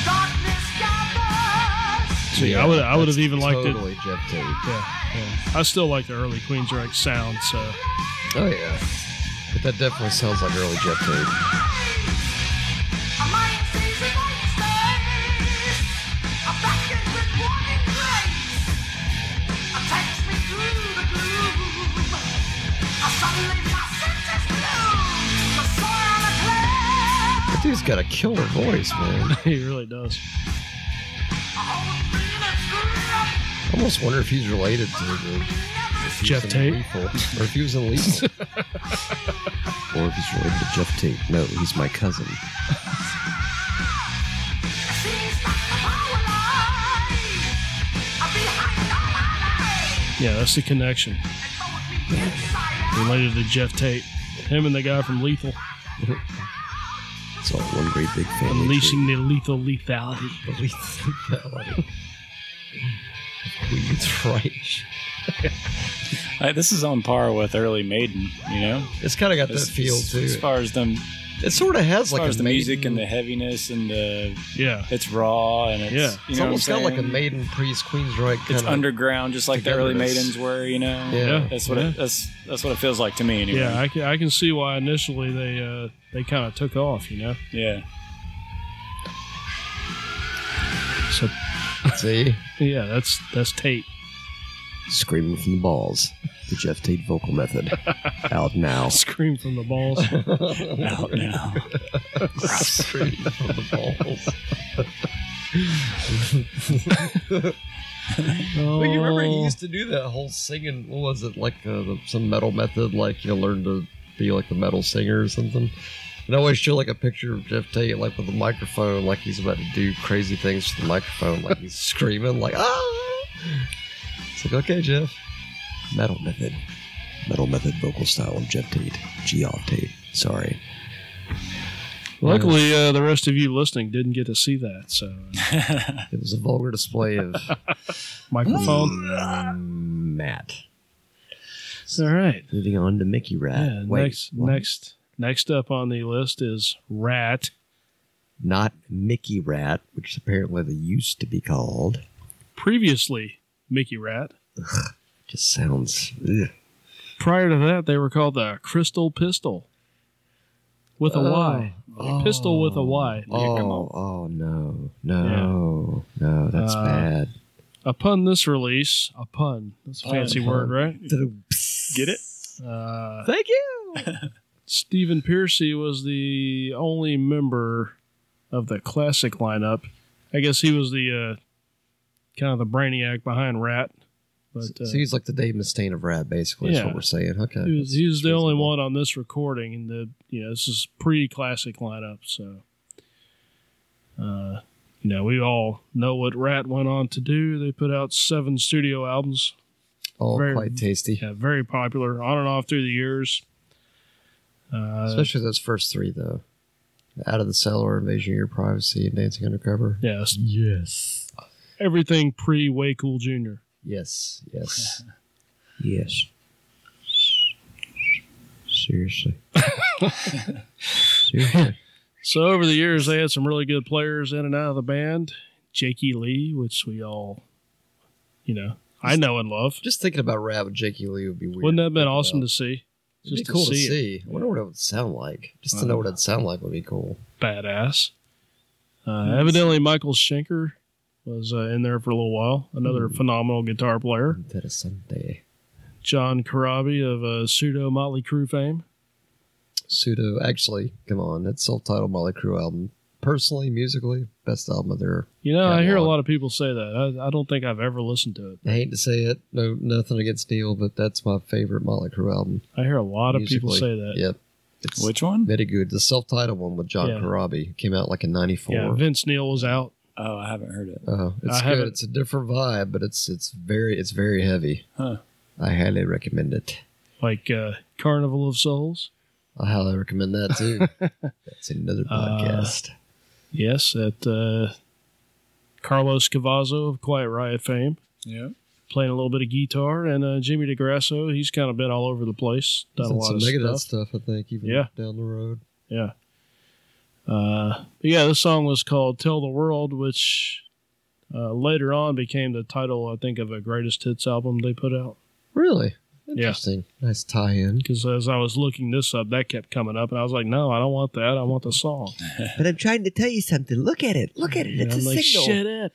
S5: Darkness gathers.
S1: See, I would I would have even liked it.
S2: Totally Jeff Tate.
S1: Yeah, yeah. I still like the early Queensrÿche sound. So *laughs*
S2: Oh yeah, but that definitely sounds like early Jeff Tate.
S5: A mind seizing ice. A backhand with warning grace. A takes me through the groove. I suddenly my senses blue. The soil eclairs.
S2: That dude's got a killer voice, man.
S1: he really does.
S5: A whole feeling's grew
S2: I almost wonder if he's related to the
S5: up.
S2: if he
S1: Jeff
S2: was in
S1: Tate?
S2: Lethal, or if he was
S1: *laughs*
S2: in Lethal.
S6: Or if he's related to Jeff Tate. No, he's my cousin.
S5: Seems that the power lies behind all eyes.
S1: Yeah, that's the connection related to Jeff Tate. Him and the guy from Lethal
S6: It's all one great big family.
S1: unleashing the lethal lethality. *laughs*
S2: Lethality. Queen's right.
S3: I, this is on par with early Maiden, you know?
S2: It's kind of got
S3: As-
S2: that feel
S3: as-
S2: too.
S3: As far as them,
S2: It sort of has
S3: as
S2: like
S3: far
S2: a
S3: as the
S2: maiden,
S3: music and the heaviness and the,
S1: Yeah,
S3: it's raw and it's,
S1: Yeah.
S3: you
S2: It's
S3: know,
S2: almost
S3: what
S2: got
S3: I'm
S2: like a
S3: saying?
S2: maiden priest Queen's right kind
S3: It's
S2: of.
S3: underground, just like the early
S2: togetherness.
S3: Maidens were, you know?
S1: Yeah.
S2: yeah.
S3: That's what
S1: Yeah.
S3: it, that's that's what it feels like to me anyway.
S1: yeah, I can, I can see why initially they uh, they kind of took off. You know,
S3: yeah.
S1: so
S2: See,
S1: yeah, that's that's Tate.
S6: Screaming from the balls. The Jeff Tate vocal method.
S3: *laughs*
S6: Out now.
S1: *laughs* Scream from
S6: *laughs*
S1: the balls.
S3: Out *laughs* now.
S2: straight from the balls. But you remember
S6: Oh.
S2: he used to do that whole singing. What was it like? Uh, the, some metal method, like you know, learn to be like the metal singer or something. And I always show like a picture of Jeff Tate, like with a microphone, like he's about to do crazy things to the microphone,
S6: *laughs*
S2: like he's screaming, like ah. It's like okay, Jeff.
S6: Metal Method. Metal Method vocal style of Jeff Tate. G off Tate. Sorry.
S1: Luckily, uh, the rest of you listening didn't get to see that. So, uh,
S2: It was a vulgar display *laughs* of
S1: microphone.
S6: Mm.
S4: Um,
S6: Matt.
S1: All right.
S6: Moving on to Mickey Rat.
S1: Yeah,
S6: Wait,
S1: next,
S6: what?
S1: next, next up on the list is Rat.
S6: Not Mickey Rat, which apparently they used to be called.
S1: Previously, Mickey Rat.
S6: Just sounds. Ugh.
S1: Prior to that, they were called the Crystal Pistol with a Y. Pistol with a Y.
S6: Oh, oh no, no, no, that's
S1: Uh,
S6: bad.
S1: Upon this release, a pun. That's a
S3: Pun.
S1: fancy word, right?
S3: Get it?
S1: Uh,
S2: Thank you.
S1: *laughs* Stephen Piercy was the only member of the classic lineup. I guess he was the uh, kind of the brainiac behind Rat, but uh,
S2: so he's like the Dave Mustaine of rap, basically. Is
S1: Yeah.
S2: what we're saying. Okay.
S1: he was, he was the only
S2: reasonable.
S1: one on this recording. And the you know this is pre-classic lineup, so uh, you know we all know what Rat went on to do. They put out seven studio albums.
S2: All
S1: very-
S2: quite tasty,
S1: Yeah, very popular on and off through the years. Uh,
S2: especially those first three though. Out of the cellar, invasion of your privacy, and dancing undercover.
S1: yes,
S2: Yes.
S1: everything pre Way Cool Jr.
S2: Yes.
S1: *laughs*
S2: Yes.
S6: Yes.
S1: *laughs*
S6: Seriously. Seriously.
S1: So over the years, they had some really good players in and out of the band. Jakey Lee, which we all, you know, I know and love.
S2: Just thinking about rap with Jakey Lee would be weird.
S1: Wouldn't that have been
S2: Well,
S1: awesome to see?
S2: It'd be
S1: Just to
S2: cool to
S1: see
S2: see.
S1: it.
S2: I wonder what it would sound like. Just to know what it'd sound like would be cool.
S1: Badass. Uh, evidently, Michael Schenker was uh, in there for a little while. Another
S2: Hmm.
S1: phenomenal guitar player.
S2: That is Sunday.
S1: John Corabi of uh, pseudo Motley Crue fame.
S2: Pseudo. Actually, come on. That self-titled Molly Crew album, personally, musically, best album of their
S1: You know, I hear a
S2: Catalog.
S1: lot of people say that. I, I don't think I've ever listened to it.
S2: I hate to say it, no, nothing against Neil, but that's my favorite Motley Crue album.
S1: I hear a lot of people say
S2: musically.
S1: that.
S2: Yep, it's
S3: Which one?
S2: very good. The self-titled one with John
S1: Yeah.
S2: Corabi came out like in '94.
S1: Yeah, Vince Neil was out.
S3: Oh, I haven't heard it.
S2: Oh,
S1: I
S2: it's good.
S1: haven't-
S2: It's a different vibe, but it's it's very it's very heavy.
S3: Huh.
S2: I highly recommend it.
S1: Like uh, Carnival of Souls.
S2: I highly recommend that too. that's another
S1: Uh,
S2: podcast.
S1: Yes, at uh, Carlos Cavazo of Quiet Riot fame,
S3: Yeah.
S1: playing a little bit of guitar, and uh, Jimmy DeGrasso. He's kind of been all over the place, done a
S2: Done
S1: lot
S2: some
S1: of
S2: Megadeth
S1: stuff.
S2: stuff. I think, even
S1: Yeah.
S2: down the road.
S1: Yeah. Uh, but yeah, this song was called "Tell the World," which uh, later on became the title, I think, of a greatest hits album they put out.
S2: Really
S1: Yeah.
S2: interesting. Nice tie-in.
S1: Because as I was looking this up, that kept coming up, and I was like, "No, I don't want that. I want the song."
S4: But I'm trying to tell you something. Look at it. Look at it.
S1: And
S4: It's a
S1: I'm like,
S4: signal.
S1: "Shut up!"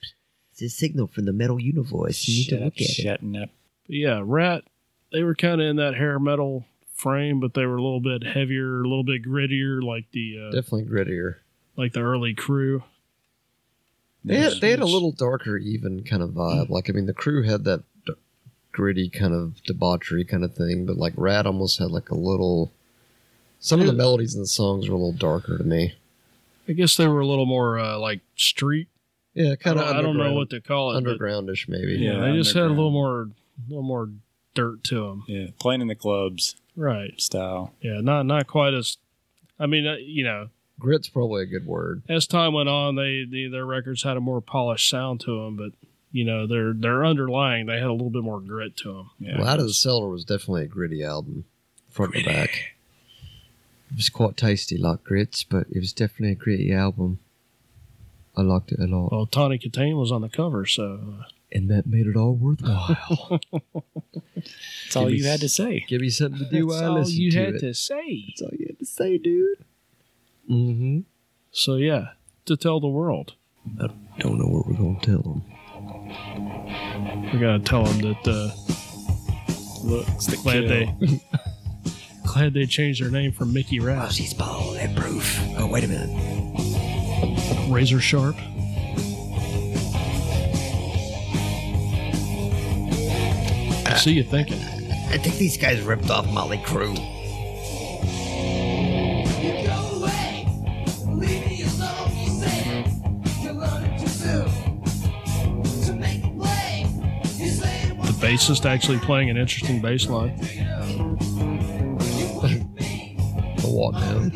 S4: It's a signal from the metal universe. You need to look at it.
S3: shutting up.
S1: But yeah, Rat, they were kind of in that hair metal frame, but they were a little bit heavier, a little bit grittier, like the uh,
S2: Definitely grittier.
S1: like the early crew.
S2: They had, they had a little darker, even kind of vibe. Like, I mean, the crew had that d- gritty kind of debauchery kind of thing, but like Rat almost had like a little. Some of the
S1: Yeah.
S2: melodies in the songs were a little darker to me.
S1: I guess they were a little more uh, like street.
S2: Yeah, kind of.
S1: I don't know what to call it. but
S2: undergroundish maybe.
S3: Yeah.
S1: they just had a
S3: underground.
S1: little more, a little more dirt to them.
S3: Yeah, playing in the clubs
S1: Right?
S3: style.
S1: Yeah. Not not quite as. I mean, uh, you know,
S2: Grit's probably a good word.
S1: as time went on, they, they their records had a more polished sound to them, but you know, they're they're underlying. They had a little bit more grit to them.
S3: Yeah.
S2: Well, Out of the Cellar was definitely a gritty album, front to back.
S6: It was quite tasty, like grits, but it was definitely a gritty album. I liked it a lot.
S1: Well, Tawny Katane was on the cover, so uh,
S6: And that made it all worthwhile.
S3: That's all you had to say.
S2: *laughs* Give me something to do
S1: uh,
S2: while I listen to it.
S1: say.
S6: That's all you had to say, dude. Mm-hmm.
S1: So yeah, to tell the world,
S6: Don't know what we're going to tell them.
S1: we gotta tell them that. Uh,
S3: Look, the
S1: glad
S3: kill.
S1: they, *laughs* glad they changed their name from Mickey
S4: Oh,
S1: Rat,
S4: she's bald and proof. Oh, wait a minute.
S1: Razor Sharp. see you thinking.
S4: I think these guys ripped off Molly Crew.
S7: You go away, leave me alone. You say you're running too soon to make a play. You say it
S1: The bassist *laughs* actually playing an interesting bass line.
S2: The walk down.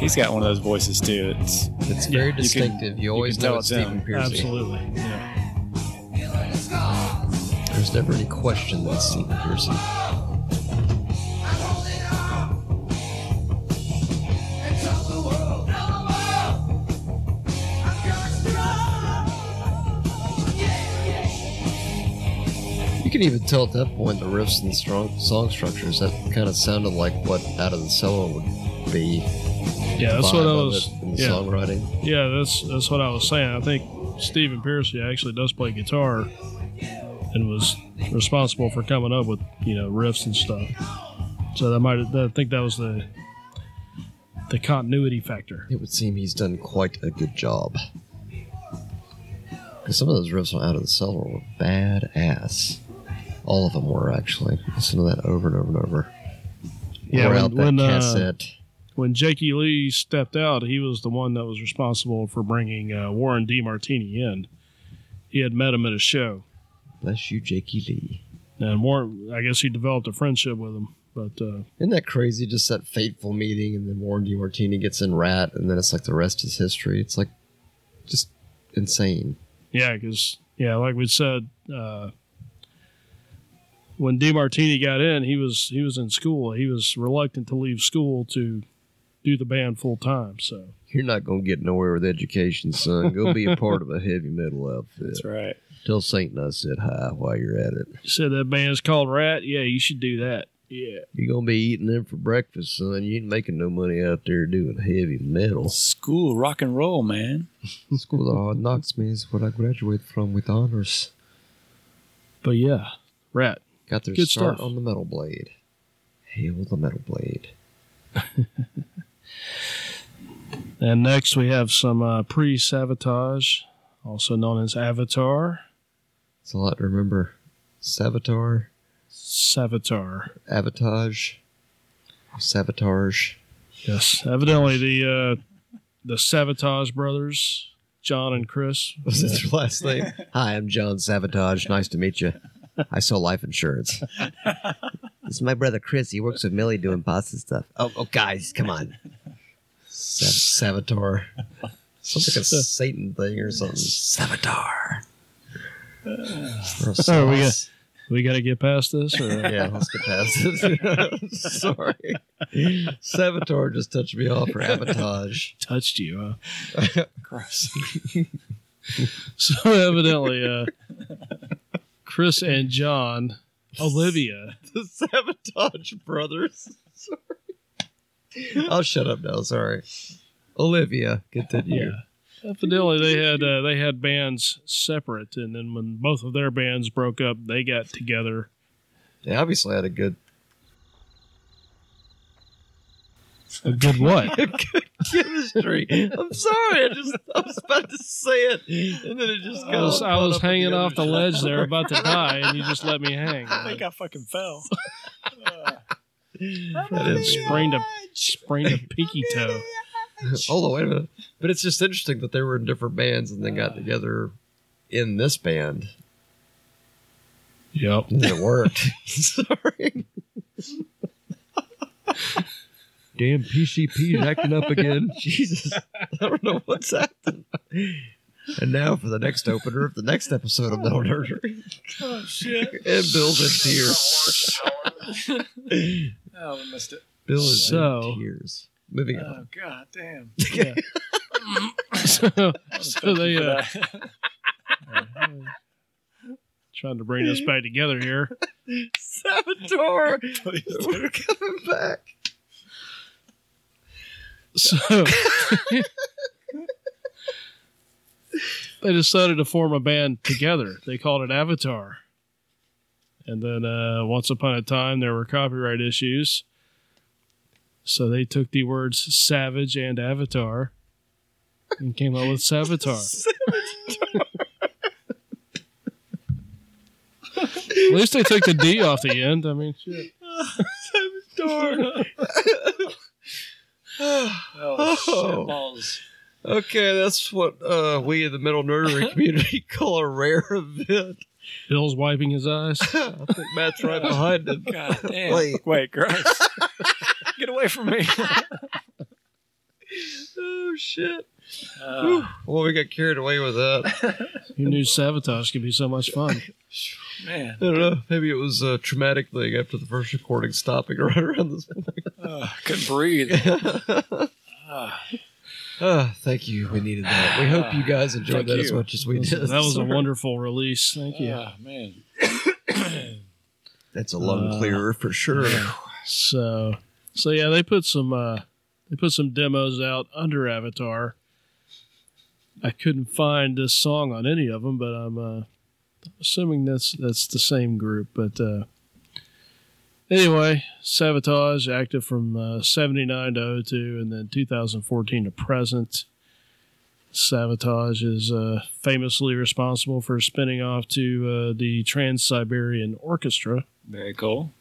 S3: He's got one of those voices too. It's
S2: It's
S1: Yeah,
S2: very
S1: you can-
S2: distinctive. You,
S3: you
S2: always
S3: can
S2: know
S3: tell
S2: it's
S3: it's him.
S2: Stephen Piercy.
S1: Absolutely. Yeah.
S2: There's never any question that it's Stephen Piercy. You can even tell at that point the riffs and the strong song structures that kind of sounded like what out of the cellar would be.
S1: Yeah, that's what I
S2: vibe of
S1: was.
S2: it in the
S1: Yeah,
S2: songwriting.
S1: yeah, that's that's what I was saying. I think Stephen Piercy actually does play guitar, and was responsible for coming up with you know riffs and stuff. So that might I think that was the the continuity factor.
S2: It would seem he's done quite a good job. 'Cause some of those riffs on Out of the Cellar were badass. All of them were actually. Listen to that over and over and over.
S1: Yeah,
S2: Wore
S1: when-
S2: out that
S1: when, uh,
S2: cassette.
S1: When Jakey Lee stepped out, he was the one that was responsible for bringing uh, Warren D. Martini in. He had met him at a show.
S2: Bless you, Jakey Lee.
S1: and Warren, I guess he developed a friendship with him. But uh,
S2: Isn't that crazy? Just that fateful meeting, and then Warren D. Martini gets in Rat, and then it's like the rest is history. It's like just insane.
S1: yeah, because yeah, like we said, uh, when Demartini got in, he was he was in school. He was reluctant to leave school to do the band full time. So
S2: You're not going to get nowhere with education, son. Go be a part of a heavy metal outfit.
S3: that's right.
S2: Tell Satan I said hi while you're at it.
S1: you said that band's called Rat. Yeah, you should do that. Yeah,
S2: You're going to be eating them for breakfast, son. You ain't making no money out there doing heavy *laughs* metal.
S3: School rock and roll, man.
S6: School of Hard Knocks me is what I graduated from with honors.
S1: but yeah, Rat.
S2: Got their
S1: Good
S2: start
S1: stuff.
S2: on the metal blade. Hail the metal blade.
S1: And next we have some uh, pre-sabotage, also known as Avatar.
S2: It's a lot to remember. Savitar.
S1: Savitar.
S2: Avatage, Savatage.
S1: Yes, evidently the uh, the Sabotage brothers, John and Chris.
S2: Was that your last
S1: *laughs*
S2: name? Hi, I'm John Savatage. Nice to meet you. I sell
S1: *laughs*
S2: life insurance.
S4: This is my brother Chris. He works with Millie doing pasta stuff. Oh, oh guys, come on.
S2: Sav- *laughs* Savatar. Sounds like a Satan thing or something. Savatar. Or a
S1: Oh, we
S2: sauce.
S1: We got to get past this. Or,
S2: yeah, let's get past it. *laughs* Sorry. Savatar just touched me off for Avatage.
S1: touched you. Huh? *laughs*
S3: *laughs*
S1: So evidently, uh, Chris and John, Olivia.
S2: *laughs* the Sabotage *laughs* Brothers. Sorry. I'll shut up now. Sorry. Olivia, continue.
S1: Evidently, they had uh, they had bands separate, and then when both of their bands broke up, they got together.
S2: They obviously had a good,
S1: A good what?
S2: good *laughs* chemistry. I'm sorry. I just I was about to say it, and then it just
S1: I was, I was hanging off the ledge there, about to die, and you just let me hang.
S3: I think I fucking fell.
S1: sprained a sprained a pinky toe.
S2: *laughs* Hold on, wait a minute. But it's just interesting that they were in different bands and then got together in this band,
S1: Yep.
S2: and it worked. *laughs* sorry.
S6: Damn PCP's acting up
S2: *laughs*
S6: again.
S2: Jesus, I don't know what's happened. And now for the next opener of the next episode of Metal Nerdery.
S3: Oh shit!
S2: And Bill's in tears.
S3: Oh, we missed it.
S2: Bill is
S1: So-
S2: in tears. Moving on.
S3: Oh god damn.
S1: Yeah. so, *laughs* so they uh, trying to bring us back together here.
S2: Saboteur! We're coming back.
S1: So they decided to form a band together. They called it Avatar. And then uh, once upon a time, there were copyright issues. So they took the words savage and avatar and came up with Savitar. At least they took the D off the end. I mean, shit.
S3: Oh,
S2: Oh.
S3: shit balls.
S2: Okay, that's what uh, we in the metal
S1: *laughs*
S2: nerdery community *laughs* call a rare event.
S1: Bill's wiping his eyes.
S2: I think Matt's right behind him.
S3: God damn.
S2: Wait.
S3: Wait, *laughs* gross. Get away from me.
S2: Oh shit!
S3: Uh,
S2: Well, we got carried away with that.
S1: Who knew sabotage could be so much fun?
S3: man. *laughs*
S2: I don't know. Maybe it was a traumatic thing after the first recording stopping *laughs* right around this point.
S3: Uh, couldn't *laughs* breathe. Ah,
S2: Ah, thank you. We needed that. We hope you guys enjoyed
S3: Thank
S2: that as
S3: you.
S2: much as we
S1: That
S2: did. *laughs*
S1: was a wonderful release. Thank you.
S3: ah, man.
S4: That's a lung
S1: Uh,
S4: clearer for sure.
S1: So, so yeah, they put some uh, they put some demos out under Avatar. I couldn't find this song on any of them, but I'm uh, assuming that's that's the same group. But uh, anyway, Sabotage active from uh, '79 to 02, and then 2014 to present. Sabotage is uh, famously responsible for spinning off to uh, the Trans Siberian Orchestra.
S3: Very cool.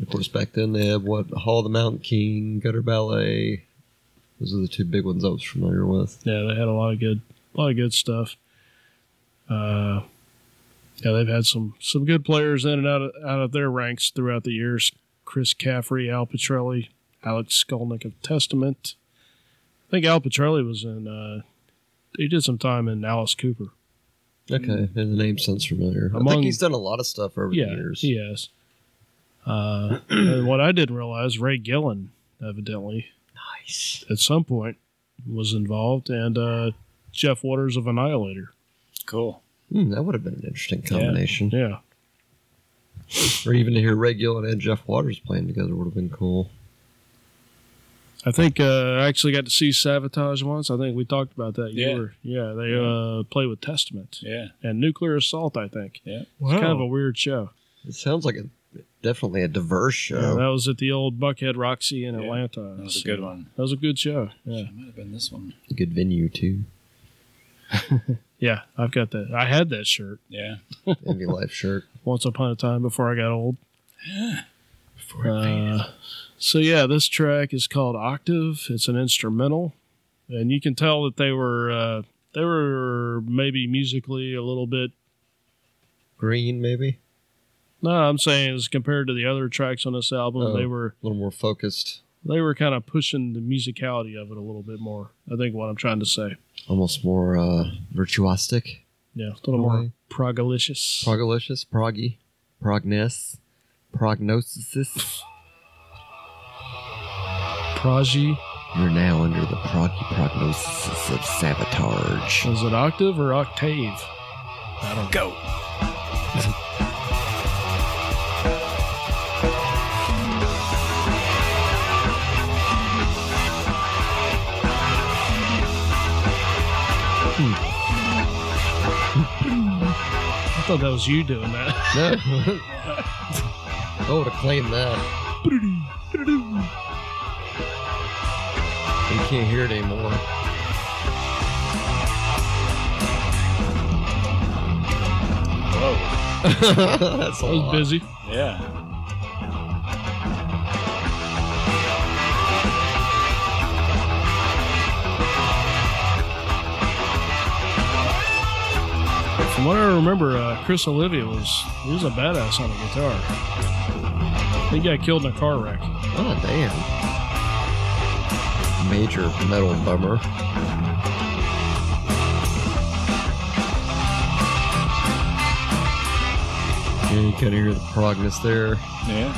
S2: Of course, back then they had what Hall of the Mountain King, Gutter Ballet. Those are the two big ones I was familiar with.
S1: Yeah, they had a lot of good, a lot of good stuff. Uh, yeah, they've had some some good players in and out of, out of their ranks throughout the years. Chris Caffrey, Al Petrelli, Alex Skolnick of Testament. I think Al Petrelli was in. Uh, he did some time in Alice Cooper.
S2: Okay, and the name sounds familiar. I
S1: Mm. Among-
S2: think he's done a lot of stuff over
S1: Yeah,
S2: the years.
S1: he has. Uh, and what I didn't realize, Ray Gillen, evidently, nice at some point, was involved, and uh, Jeff Waters of Annihilator.
S3: Cool.
S2: Hmm, that would have been an interesting combination.
S1: Yeah.
S2: Or even to hear Ray Gillen and Jeff Waters playing together would have been cool.
S1: I think uh, I actually got to see Sabotage once. I think we talked about that. You
S3: Yeah.
S1: were- yeah, they uh, play with Testament
S3: Yeah.
S1: and Nuclear Assault. I think
S2: Wow.
S1: it's kind of a weird show.
S2: it sounds like a definitely a diverse
S1: Yeah,
S2: show.
S1: that was at the old Buckhead Roxy in
S3: Yeah,
S1: Atlanta.
S3: That was a good one.
S1: That was a good show. Yeah,
S3: It might have been this one.
S2: Good venue too.
S1: yeah, I've got that. I had that shirt
S3: Yeah.
S2: Envy
S1: *laughs*
S2: Life shirt.
S1: once upon a time before I got old. Uh, so yeah, this track is called Octave. It's an instrumental, and you can tell that they were uh, they were maybe musically a little bit
S2: Green maybe
S1: No, I'm saying as compared to the other tracks on this album,
S2: Oh.
S1: they were
S2: a little more focused,
S1: they were kind of pushing the musicality of it a little bit more. I think what I'm trying to say.
S2: almost more uh, virtuosic.
S1: Yeah, a little
S2: Okay.
S1: more progalicious.
S2: Progalicious, proggy, progness, prognosis.
S1: Progy.
S6: You're now under the proggy prognosis of sabotage.
S1: Is it octave or octave? I don't
S3: Go.
S1: I thought that was you doing
S2: *laughs*
S1: that. *laughs*
S2: No, I would have claimed that. You can't hear it anymore. *laughs*
S3: Whoa.
S2: That's a
S1: I was
S2: lot.
S1: busy.
S3: Yeah.
S1: From what I remember, uh, Chris Olivia was he was a badass on the guitar. He got killed in a car wreck.
S2: Oh damn! Major metal bummer. Yeah, you kind of hear the progness there.
S3: Yeah.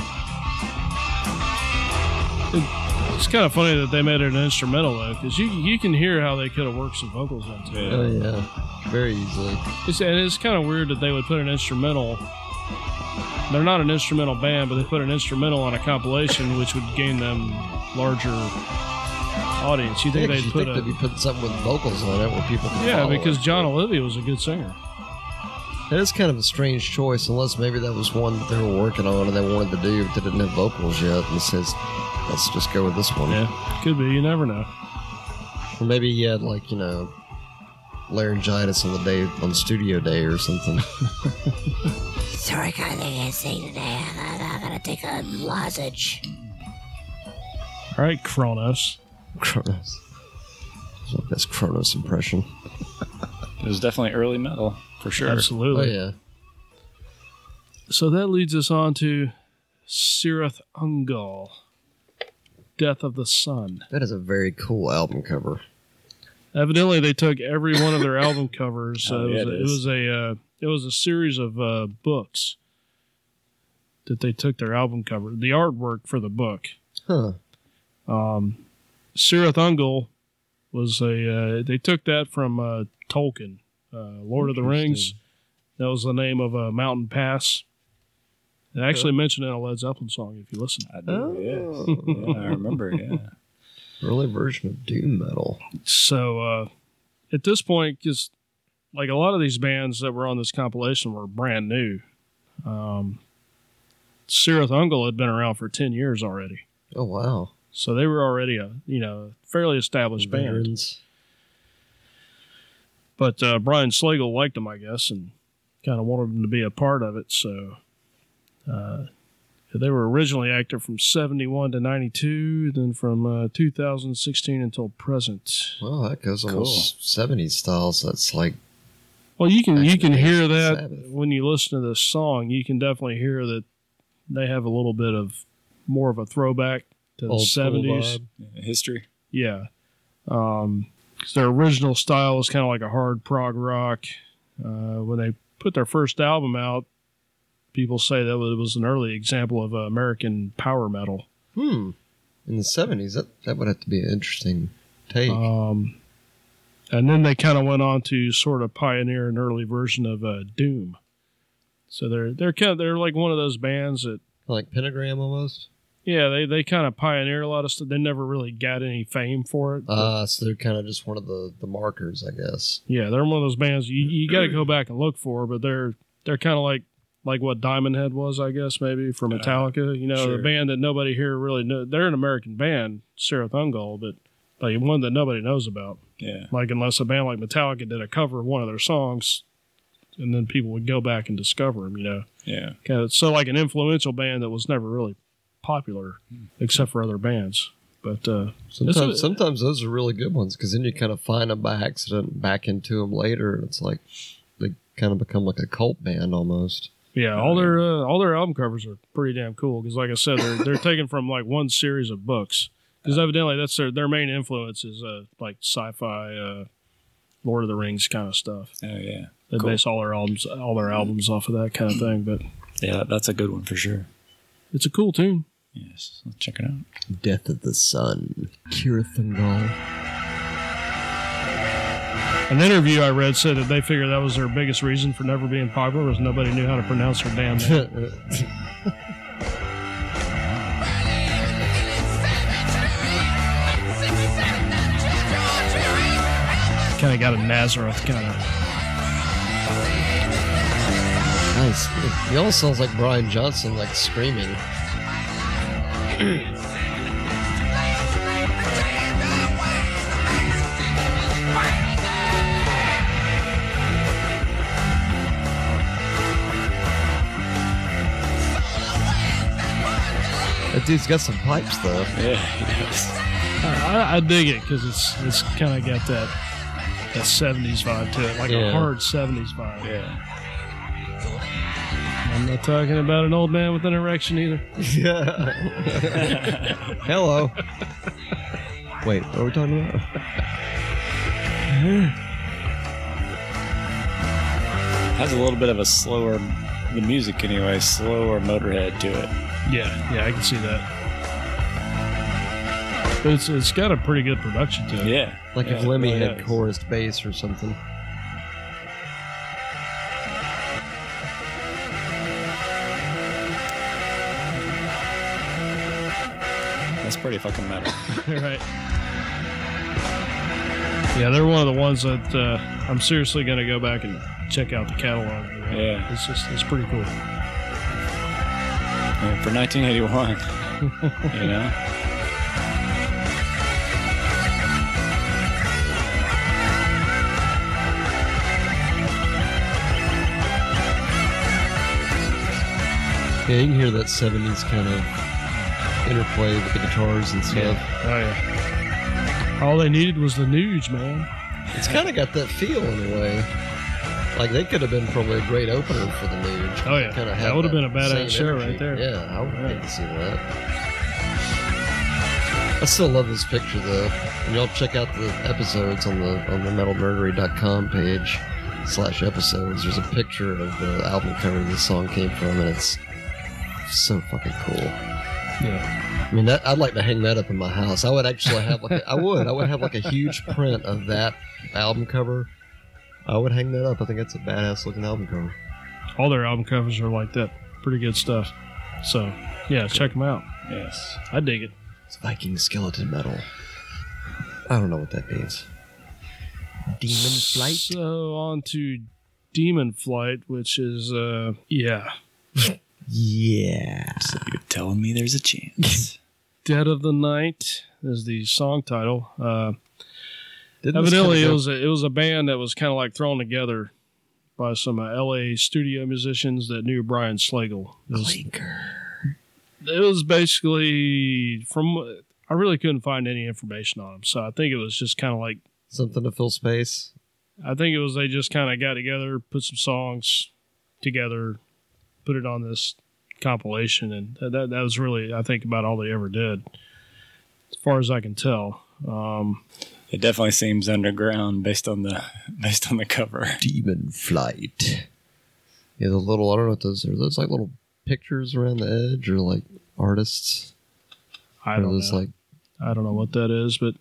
S1: It's kind of funny that they made it an instrumental though, because you you can hear how they could have worked some vocals into it.
S2: Oh yeah, very easily.
S1: It's, and it's kind of weird that they would put an instrumental. They're not an instrumental band, but they put an instrumental on a compilation, which would gain them larger audience. You think
S2: Yeah, 'cause
S1: they'd
S2: you
S1: put
S2: think they'd
S1: a
S2: be putting something with vocals on it where people can
S1: yeah,
S2: follow
S1: because
S2: it.
S1: John Olivia was a good singer.
S2: That is kind of a strange choice, unless maybe that was one that they were working on and they wanted to do, but they didn't have vocals yet, and says, let's just go with this one.
S1: Yeah, could be. You never know.
S2: Or maybe he had like you know
S1: *laughs*
S2: laryngitis on the day on studio day or something.
S8: Sorry, guy, they can't see today. I, I, I gotta take a lozenge.
S1: All right, Kronos.
S2: Kronos. That's my best Kronos impression.
S3: It was definitely early metal for sure.
S1: Absolutely.
S2: Oh,
S1: So that leads us on to Sirith Ungal, Death of the Sun.
S2: That is a very cool album cover.
S1: Evidently, they took every one of their album
S3: *laughs*
S1: covers.
S3: Oh,
S1: uh,
S3: yeah,
S1: it,
S3: it
S1: was, a uh, it was a series of uh, books that they took their album cover, the artwork for the book.
S2: Huh.
S1: Um, Sirith Ungol was a. Uh, they took that from uh, Tolkien, uh, Lord of the Rings. That was the name of a mountain pass. They actually mentioned it in a Led Zeppelin song. If you listen,
S3: I do. Yeah. yeah, I remember. Yeah.
S2: Early version of Doom Metal.
S1: so uh, at this point, because like a lot of these bands that were on this compilation were brand new. Um, Sirith Ungol had been around for ten years already,
S2: Oh, wow.
S1: so they were already a you know fairly established band.
S2: Veterans.
S1: But uh, Brian Slagle liked them, I guess, and kind of wanted them to be a part of it. So uh, they were originally active from 71 to 92, then from uh, 2016 until present.
S2: Well, that goes almost 70s styles. That's like,
S1: Well, you can you can
S2: Actually,
S1: hear
S2: it's
S1: that
S2: Sabbath.
S1: when you listen to this song. You can definitely hear that they have a little bit of more of a throwback to
S2: Old
S1: the
S2: school
S1: 70s.
S3: History.
S1: Yeah. Um 'cause their original style was kind of like a hard prog rock. Uh, when they put their first album out, people say that it was an early example of uh, American power metal.
S2: hmm. In the 70s, that, that would have to be an interesting take.
S1: Um, and then they kind of went on to sort of pioneer an early version of uh, doom. So they're they're kind of they're like one of those bands that
S2: like Pentagram almost.
S1: yeah they, they kind of pioneer a lot of stuff. They never really got any fame for it. but-
S2: Uh, so they're kind of just one of the, the markers, I guess.
S1: Yeah, they're one of those bands you, you got to go back and look for, but they're they're kind of like like what Diamond Head was, I guess, maybe for Metallica. You know,
S3: sure.
S1: the band that nobody here really know. They're an American band, Sarah Thungal, but like one that nobody knows about.
S3: Yeah.
S1: Like unless a band like Metallica did a cover of one of their songs, and then people would go back and discover them. You know,
S3: Yeah.
S1: kind of so like an influential band that was never really popular except for other bands. But uh,
S2: Sometimes,
S1: a-
S2: sometimes those are really good ones because then you kind of find them by accident and back into them later, and it's like they kind of become like a cult band almost.
S1: Yeah, all their uh, all their album covers are pretty damn cool because, like I said, they're they're taken from like one series of books because evidently that's their their main influence is uh, like sci-fi, uh, Lord of the Rings kind of stuff.
S3: Oh yeah.
S1: They
S3: Cool.
S1: base all their albums all their albums off of that kind of thing, but
S3: Yeah. that- That's a good one for sure.
S1: it's a cool tune.
S3: Yes. Let's check it out.
S2: Death of the Sun, Kirthangal. *laughs*
S1: An interview I read said that they figured that was their biggest reason for never being popular was nobody knew how to pronounce their damn
S2: *laughs*
S1: name. kind of got a Nazareth kind of.
S2: nice. He almost sounds like Brian Johnson, like screaming. That dude's got some pipes though.
S1: I, I dig it because it's it's kind of got that that '70s vibe to it, like a
S2: Yeah.
S1: hard '70s vibe.
S3: *laughs* Yeah.
S1: I'm not talking about an old man with an erection either.
S2: Yeah. Hello. Wait, what are we talking about?
S3: Has a little bit of a slower, the music anyway, slower Motorhead to it.
S1: Yeah, yeah, I can see that. But it's it's got a pretty good production to it.
S3: Yeah.
S2: Like
S3: yeah,
S2: if Lemmy
S3: it really
S2: had
S3: does.
S2: chorused bass or something.
S3: That's pretty fucking metal.
S1: *laughs* right. Yeah, they're one of the ones that uh, I'm seriously going to go back and check out the catalog.
S3: Yeah.
S1: it's just it's pretty cool.
S3: Yeah, for 1981. *laughs* you know?
S2: Yeah, you can hear that 70s kind of interplay with the guitars and stuff.
S1: Oh, yeah. All they needed was the Nuge, man.
S2: It's kind of got that feel in a way. Like they could have been probably a great opener for the Nuge.
S1: Oh, yeah.
S2: Kinda
S1: That
S2: have
S1: would have been a badass
S2: same
S1: show right there.
S2: Yeah, I would like to see that. I still love this picture though. And y'all check out the episodes on the on the metalmurdery.com page slash episodes. There's a picture of the album cover this song came from, and it's so fucking cool.
S1: Yeah.
S2: I mean, that, I'd like to hang that up in my house. I would actually have like a, I would I would have like a huge print of that album cover. I would hang that up. I think that's a badass looking album cover.
S1: All their album covers are like that. Pretty good stuff. So, yeah, check them out.
S3: Yes.
S1: I dig it.
S2: It's Viking skeleton metal. I don't know what that means.
S4: Demon flight.
S1: So, on to Demon Flight, which is, uh, yeah,
S4: Yeah.
S3: So you're telling me there's
S2: *laughs*
S3: a chance.
S1: Dead of the Night is the song title. Uh,
S2: Didn't this
S1: evidently,
S2: kinda
S1: it
S2: go-
S1: was a, it was a band that was kind of like thrown together by some uh, L.A. studio musicians that knew Brian Slagle. It was, it was basically from I really couldn't find any information on them, so I think it was just kind of like
S2: something to fill space.
S1: I think it was they just kind of got together, put some songs together, put it on this compilation, and that- that that was really I think about all they ever did, as far as I can tell. Um,
S3: it definitely seems underground based on the *laughs* based on the cover.
S2: Demon flight. Yeah, the little I don't know what those are. Those like little pictures around the edge, or like artists,
S1: I
S2: or
S1: don't
S2: those
S1: know.
S2: like
S1: I don't know what that is, but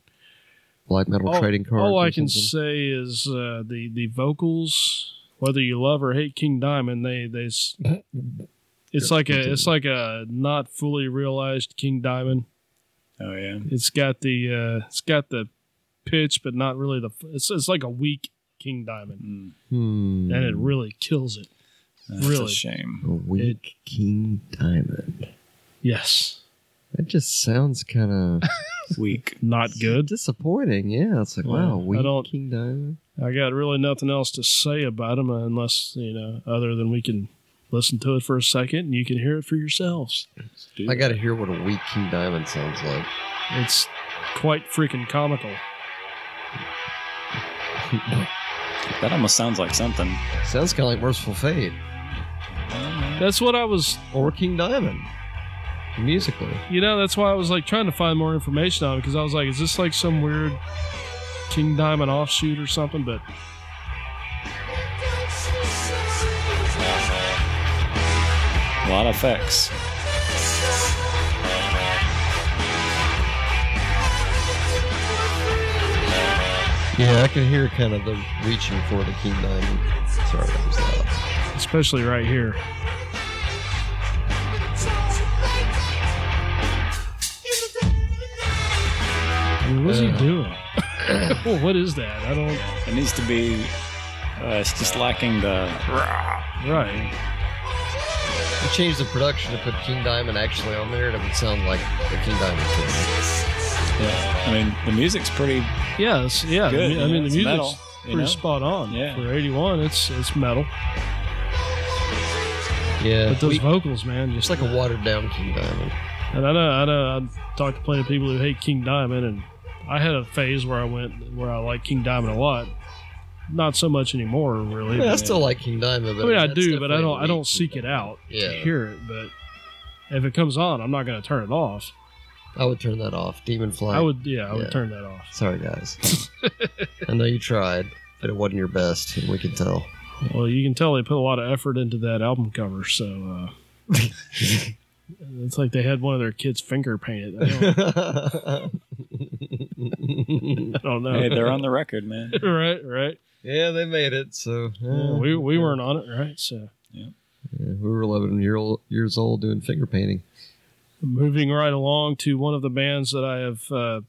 S2: black metal
S1: all,
S2: trading cards.
S1: all
S2: or
S1: Oh, I can
S2: something.
S1: say is uh, the the vocals. Whether you love or hate King Diamond, they they s- it's like a it's like a not fully realized King Diamond.
S3: Oh yeah.
S1: It's got the uh, it's got the pitch, but not really the. It's it's like a weak King Diamond,
S3: Mm,
S2: Hmm.
S1: and it really kills it.
S3: that's a
S1: Really?
S3: shame.
S2: A weak king diamond.
S1: Yes,
S2: That just
S1: *laughs*
S2: sounds kind
S3: Weak.
S1: not
S2: of
S1: good.
S2: disappointing. Yeah, it's like
S1: Yeah, I
S2: wow, weak
S1: don't-
S2: king diamond.
S1: I got really nothing else to say about him, unless you know, other than we can listen to it for a second and you can hear it for yourselves.
S2: I got to hear what a weak king diamond sounds like.
S1: It's quite freaking comical.
S3: That almost sounds like something.
S2: Sounds kind of like Merciful Fate
S1: That's what I was,
S2: or King Diamond musically.
S1: you know, that's why I was like trying to find more information on it because I was like, is this like some weird King Diamond offshoot or something? But
S3: A lot of effects.
S2: Yeah, I can hear kind of the reaching for the king diamond. Sorry, that was loud.
S1: especially right here. I mean, what's he
S2: Uh.
S3: *coughs*
S1: doing? *coughs* well, what is that? I don't.
S3: It needs to be. Uh, it's just lacking the.
S1: Right.
S2: I changed the production to put King Diamond actually on there, and it would sound like the King Diamond. Thing.
S3: Yeah. I mean, the music's pretty
S1: Yeah. It's, yeah. I
S3: good.
S1: mean,
S3: you
S1: I
S3: know,
S1: mean the
S3: it's
S1: music's
S3: metal, you
S1: pretty
S3: know?
S1: spot on.
S3: Yeah.
S1: For '81, it's it's metal,
S2: Yeah,
S1: but those
S2: weak-
S1: vocals, man,
S2: it's
S1: just like.
S2: like a watered down King Diamond.
S1: And I know, I know, I've talked to plenty of people who hate King Diamond, and I had a phase where I went where I liked King Diamond a lot. Not so much anymore, really.
S2: Yeah, I
S1: but-
S2: still like King Diamond,
S1: I
S2: but
S1: mean, I
S2: that's
S1: do, but I
S2: definitely
S1: don't. I
S2: weak
S1: don't
S2: King
S1: seek it
S2: Diamond.
S1: out to
S2: Yeah.
S1: hear it. But if it comes on, I'm not going to turn it off.
S2: I would turn that off. Demon Flight.
S1: I would, yeah, I would
S2: Yeah.
S1: turn that off. *laughs*
S2: Sorry, guys. I know you tried, but it wasn't your best, and we can tell.
S1: Well, you can tell they put a lot of effort into that album cover, so. Uh, It's like they had one of their kids' finger painted.
S2: *laughs*
S1: I don't, I don't know.
S3: *laughs* Hey, they're on the record, man.
S1: *laughs* right, right.
S2: yeah, they made it. So
S1: Yeah, we we weren't on it, right? So
S2: Yeah, we were 11 year old, years old doing finger painting.
S1: Moving right along to one of the bands that I have, uh,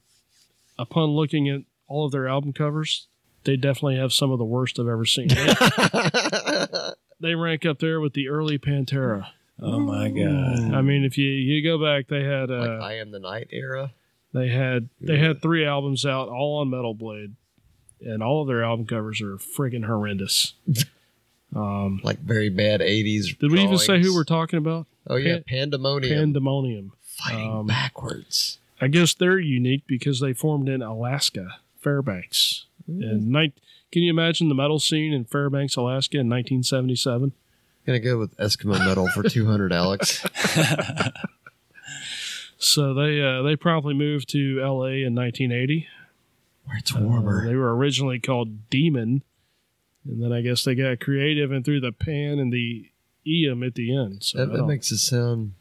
S1: upon looking at all of their album covers, they definitely have some of the worst I've ever
S2: *laughs*
S1: seen. They, they rank up there with the early Pantera.
S3: Oh my god.
S1: I mean, if you you go back, they had
S2: like
S1: uh,
S2: I am the night era.
S1: they had they had three albums out, all on Metal Blade, and all of their album covers are friggin' horrendous. um,
S2: Like very bad 80s.
S1: did we even say who
S2: drawings.
S1: we're talking about?
S2: Oh yeah,
S1: Pan-
S2: pandemonium.
S1: Pandemonium.
S2: Fighting
S1: um,
S2: backwards.
S1: I guess they're unique because they formed in Alaska, Fairbanks.
S2: Mm.
S1: And night, can you imagine the metal scene in Fairbanks, Alaska, in 1977?
S2: Gonna go with Eskimo metal for two
S1: *laughs*
S2: hundred, Alex.
S1: So they uh, they promptly moved to L.A. in 1980.
S2: Where it's
S1: Uh,
S2: warmer.
S1: they were originally called Demon, and then I guess they got creative and threw the pan and the eum at the end. So
S2: that,
S1: I
S2: that
S1: don't-
S2: makes it sound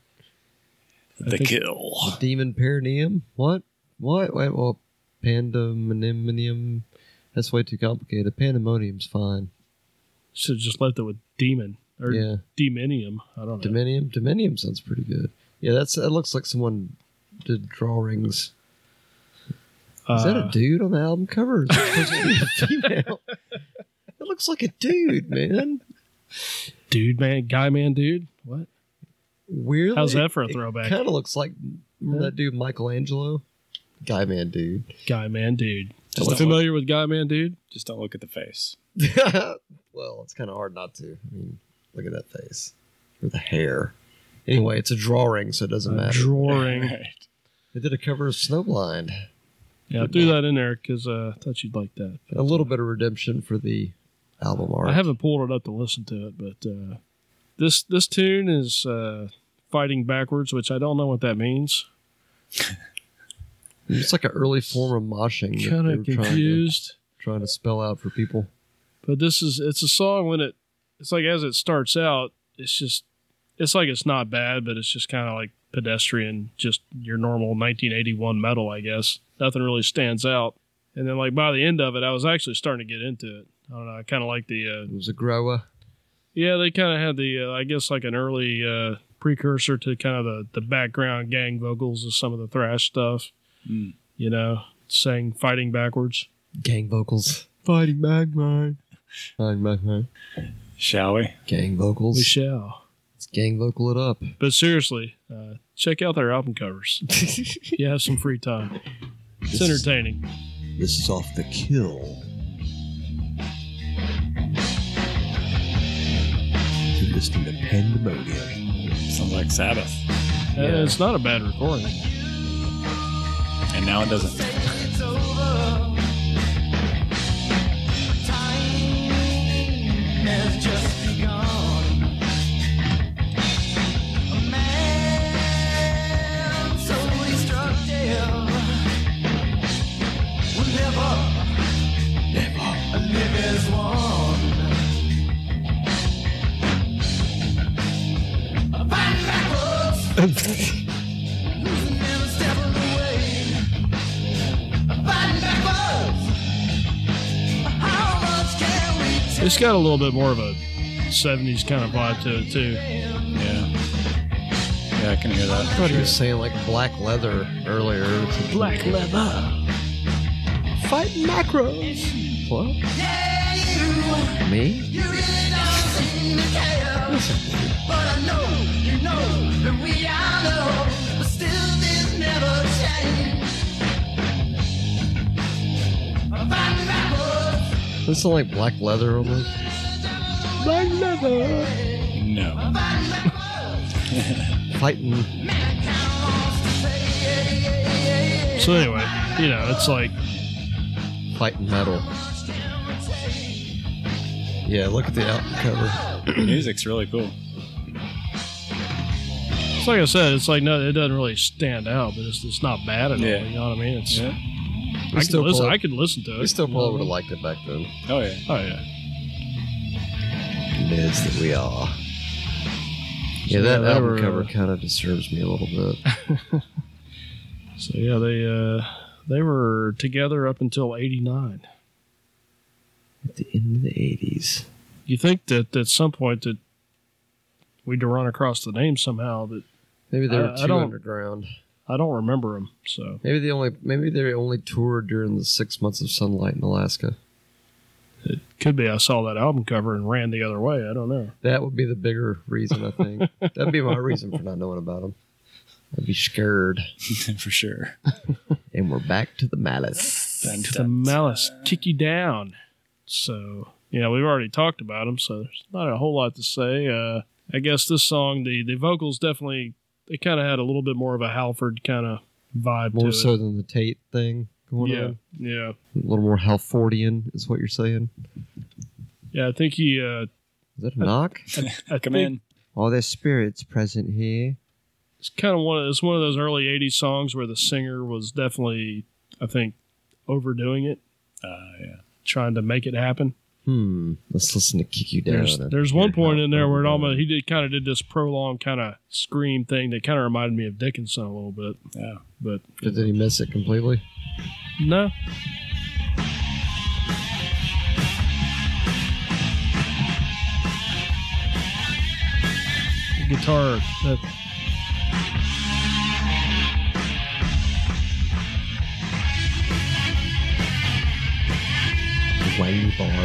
S3: The
S1: think-
S3: kill.
S2: demon perineum. What? What? Wait, well, pandemonium. That's way too complicated. Pandemonium's fine.
S1: should have just left it with Demon or
S2: yeah,
S1: Demonium. I don't know.
S2: dominium. Dominium sounds pretty good. Yeah, that's. That looks like someone did drawings. Is that
S1: Uh,
S2: a dude on the album cover? Is it supposed
S1: *laughs*
S2: to be a female? That looks like a dude, man.
S1: dude, man, guy, man, dude? What?
S2: Weirdly,
S1: How's that for a
S2: it
S1: throwback?
S2: Kind of looks like remember that dude Michelangelo, guy man dude. *laughs*
S1: Guy, man, dude.
S3: Just don't
S1: familiar with Guy, man, dude?
S3: Just don't look at the face.
S2: well, it's kind of hard not to. I mean, look at that face or the hair. Anyway, it's a drawing, so it doesn't
S1: A
S2: matter.
S1: *laughs* drawing.
S3: Right.
S2: they did a cover of Snowblind.
S1: Yeah, I threw that in there because uh, I thought you'd like that.
S2: A little bit of redemption for the album art.
S1: I haven't pulled it up to listen to it, but uh, this this tune is uh, fighting backwards, which I don't know what that means.
S2: It's like an early form of moshing. that
S1: Kind
S2: they
S1: of
S2: were trying to-
S1: confused.
S2: trying to spell out for people.
S1: but this is it's a song when it it's like as it starts out it's just it's like it's not bad but it's just kind of like pedestrian just your normal 1981 metal i guess nothing really stands out and then like by the end of it i was actually starting to get into it i don't know i kind of like the uh,
S2: It was a grower.
S1: yeah they kind of had the uh, i guess like an early uh, precursor to kind of the, the background gang vocals of some of the thrash stuff
S3: Mm.
S1: you know saying fighting backwards
S2: Gang vocals. Fighting Magmine. Fighting Magmine.
S3: Shall we?
S2: Gang
S1: we
S2: vocals.
S1: shall
S2: Let's gang vocal it up.
S1: But seriously, uh, check out their album
S3: *laughs*
S1: covers. you have some free time. It's entertaining.
S6: This is off the kill. You're listening to Pandemonium.
S3: Sounds like Sabbath.
S1: And Uh, it's not a bad recording.
S3: And now it doesn't.
S1: It's got a little bit more of a 70s kind of vibe to it, too.
S3: Yeah. Yeah, I can hear
S2: I
S3: that.
S2: thought he was saying like black leather earlier. black leather. Fight macros. What? Me? Does it sound like black leather on this? Black leather.
S3: No.
S2: Fighting.
S1: So, anyway, you know, it's like,
S2: Fighting metal. Yeah, look at the album cover.
S3: The music's really cool.
S1: it's like I said, it's like, no, it doesn't really stand out, but it's, it's not bad at all.
S3: Yeah.
S1: You know what I mean? It's,
S3: Yeah.
S1: I, could
S2: still
S1: listen,
S2: pull-
S1: I could listen to it.
S2: We still
S1: You know
S2: probably would have
S1: what
S2: liked it back then.
S3: Oh yeah. *laughs*
S1: I mean? Oh, yeah.
S2: Nerds that we are. Yeah,
S1: Yeah,
S2: that
S1: they
S2: album
S1: were,
S2: cover
S1: uh,
S2: kind of disturbs me a little
S1: *laughs*
S2: bit.
S1: So, yeah, they, uh, they were together up until 89.
S2: At the end of the 80s.
S1: You think that at some point that we'd run across the name somehow, but
S2: Maybe they
S1: I-
S2: were
S1: I
S2: too
S1: don't-
S2: underground.
S1: I don't remember them. So
S2: Maybe they only maybe they only toured during the six months of sunlight in Alaska.
S1: could be I saw that album cover and ran the other way. I don't know.
S2: That would be the bigger reason,
S1: *laughs*
S2: I think. That'd be my reason for not knowing about them. I'd be scared.
S3: For sure.
S2: And we're back to the malice.
S3: Dun,
S1: To the
S3: dun.
S1: malice kick you down. So yeah, we've already talked about them, so there's not a whole lot to say. Uh, I guess this song, the the vocals definitely they kind of had a little bit more of a Halford kind of vibe
S2: More
S1: to
S2: so
S1: it.
S2: than the Tate thing going
S1: yeah,
S2: on.
S1: yeah,
S2: A little more Halfordian is what you're saying.
S1: yeah. I think he. Uh,
S2: Is that a knock?
S1: I
S3: Come
S1: think
S3: in.
S6: Are there spirits present here?
S1: it's kind of one. Of, it's one of those early '80s songs where the singer was definitely, I think, overdoing it,
S3: Uh, yeah.
S1: trying to make it happen.
S2: Hmm. Let's listen to Kick You Down.
S1: There's there's one point in there where it almost he did kind of did this prolonged kind of scream thing that kind of reminded me of Dickinson a little bit.
S3: Yeah.
S1: But
S2: Did he miss it completely?
S1: no, The guitar that
S2: Wang bar.
S5: Well, I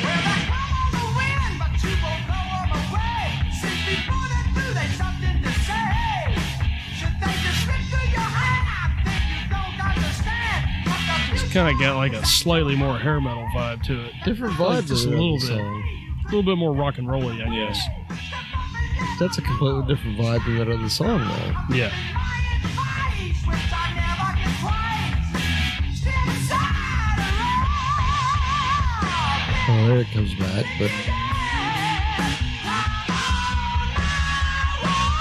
S5: come on the wind, but you won't blow 'em away. Since before they do, they something to say. Should they just slip through your hand? I think you don't understand. But the
S1: it's kind of got like a slightly more hair metal vibe to it.
S2: Different
S1: Like,
S2: vibes.
S1: just a little bit, a little bit more rock and rolly, I
S3: Yeah.
S1: guess.
S2: That's a completely different vibe than that other song, though.
S1: Yeah.
S2: Oh, there it comes back. But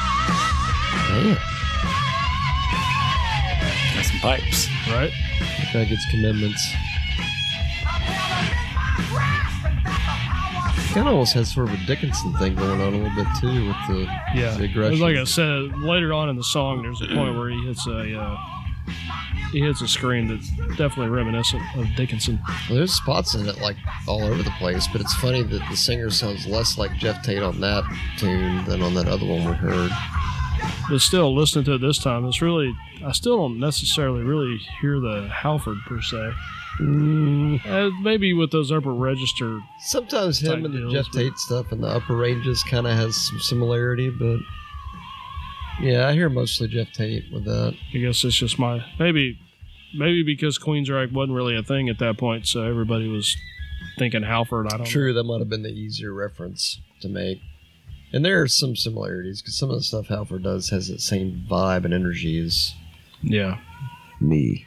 S2: damn,
S3: Got some pipes.
S1: Right.
S2: that guy gets commitments. Kind of almost has sort of a Dickinson thing going on a little bit too with the,
S1: Yeah.
S2: the aggression.
S1: It's Like I said, later on in the song, there's a point where he hits a uh, he hits a scream that's definitely reminiscent of Dickinson.
S2: Well, There's spots in it like all over the place, but it's funny that the singer sounds less like Jeff Tate on that tune than on that other one we heard.
S1: But still, listening to it this time, it's really I still don't necessarily really hear the Halford per se. Uh, maybe with those upper register,
S2: Sometimes him
S1: Type
S2: and the
S1: deals
S2: Jeff
S1: with-
S2: Tate stuff in the upper ranges kind of has some similarity, but yeah, I hear mostly Jeff Tate with that.
S1: I guess it's just my maybe maybe because Queensryche wasn't really a thing at that point, so everybody was thinking Halford. I don't know.
S2: True, that might have been the easier reference to make. And there are some similarities because some of the stuff Halford does has that same vibe and energy as
S1: Yeah.
S6: Me.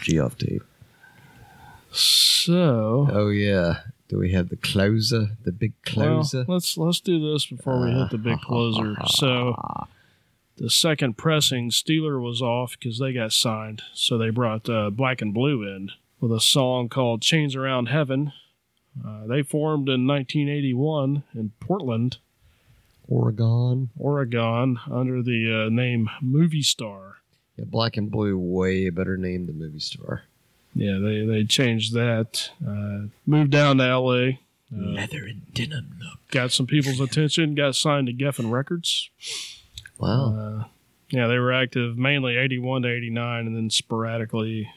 S6: G off tape.
S1: So
S2: oh yeah. Do we have the closer, the big
S1: Well,
S2: closer?
S1: let's let's do this before we hit the big closer. So the second pressing, Steeler was off because they got signed, so they brought uh, Black and Blue in with a song called "Chains Around Heaven." Uh, they formed in 1981 in Portland,
S2: Oregon.
S1: Oregon, under the uh, name Movie Star.
S2: Yeah, Black and Blue, way better name than Movie Star.
S1: Yeah, they they changed that. Uh, moved down to L.A.
S4: Leather and denim look.
S1: Got some people's attention. Got signed to Geffen Records.
S2: Wow.
S1: Uh, yeah, they were active mainly 81 to 89 and then sporadically.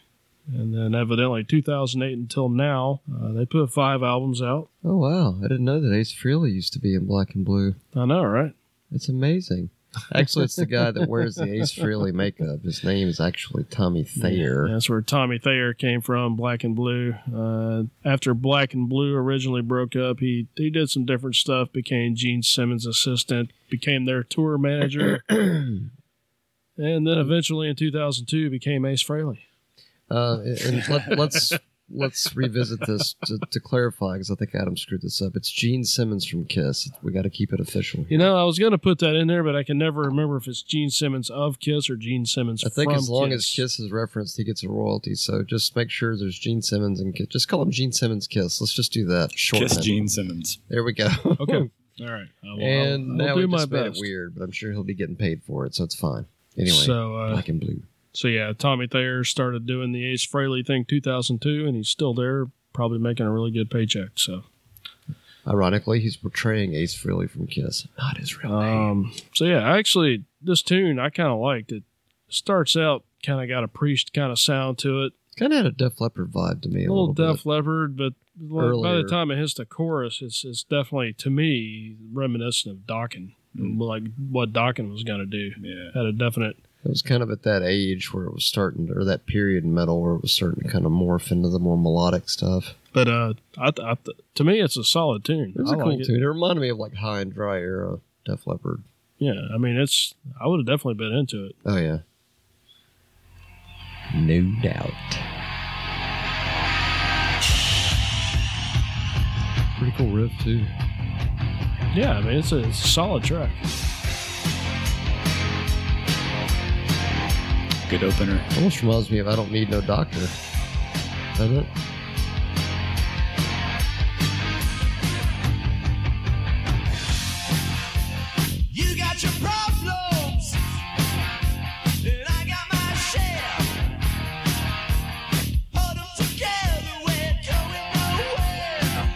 S1: And then evidently 2008 until now, uh, they put five albums out.
S2: Oh, wow. I didn't know that Ace Frehley used to be in Black and Blue.
S1: I know, right?
S2: It's amazing. Actually, it's the guy that wears the Ace Frehley makeup. His name is actually Tommy Thayer.
S1: That's where Tommy Thayer came from, Black and Blue. Uh, after Black and Blue originally broke up, he, he did some different stuff, became Gene Simmons' assistant, became their tour
S2: *clears throat*
S1: manager. and then eventually in 2002 became Ace Frehley.
S2: Uh, and let, let's let's revisit this to, to clarify because I think Adam screwed this up. It's Gene Simmons from Kiss. We got to keep it official.
S1: You know, I was going to put that in there, but I can never remember if it's Gene Simmons of Kiss or Gene Simmons
S2: I think
S1: from
S2: as long as
S1: Kiss.
S2: Kiss is referenced, he gets a royalty. So just make sure there's Gene Simmons and Kiss. Just call him Gene Simmons Kiss. Let's just do that. Shorten
S3: Kiss
S2: it.
S3: Gene Simmons.
S2: There we go.
S1: Okay. Hmm. All right. I will- I'll-
S2: and
S1: I'll
S2: now
S1: do
S2: we
S1: my
S2: just made it
S1: best.
S2: weird, but I'm sure he'll be getting paid for it, so it's fine. Anyway,
S1: So, uh,
S2: black and blue.
S1: so yeah, Tommy Thayer started doing the Ace Frehley thing 2002, and he's still there, probably making a really good paycheck. So,
S2: Ironically, he's portraying Ace Frehley from Kiss, not his real name.
S1: um, so yeah, actually, this tune I kind of liked. It starts out kind of got a priest kind of sound to it,
S2: Kind of had a Def Leppard vibe to me.
S1: a
S2: A
S1: little
S2: little,
S1: Def Leppard, but like, by the
S2: Earlier.
S1: time it hits the chorus, it's it's definitely to me reminiscent of Dokken,
S2: Hmm.
S1: like what Dokken was gonna do.
S3: Yeah.
S1: Had a definite
S2: Bit. It was kind of at that age where it was starting, to, or that period in metal where it was starting to kind of morph into the more melodic stuff.
S1: But uh, I, th- I th- to me, it's a solid tune.
S2: It was
S1: I
S2: a cool
S1: like it.
S2: tune. It reminded me of like High and Dry era Def Leppard.
S1: Yeah, I mean, it's I would have definitely been into it.
S2: Oh yeah. No doubt.
S9: Pretty cool riff too.
S1: Yeah, I mean, it's a, it's a solid track.
S3: Good opener.
S2: Almost reminds me of I Don't Need No Doctor. Doesn't it?
S5: You got your problems, and I got my share. Put 'em together, we're going nowhere.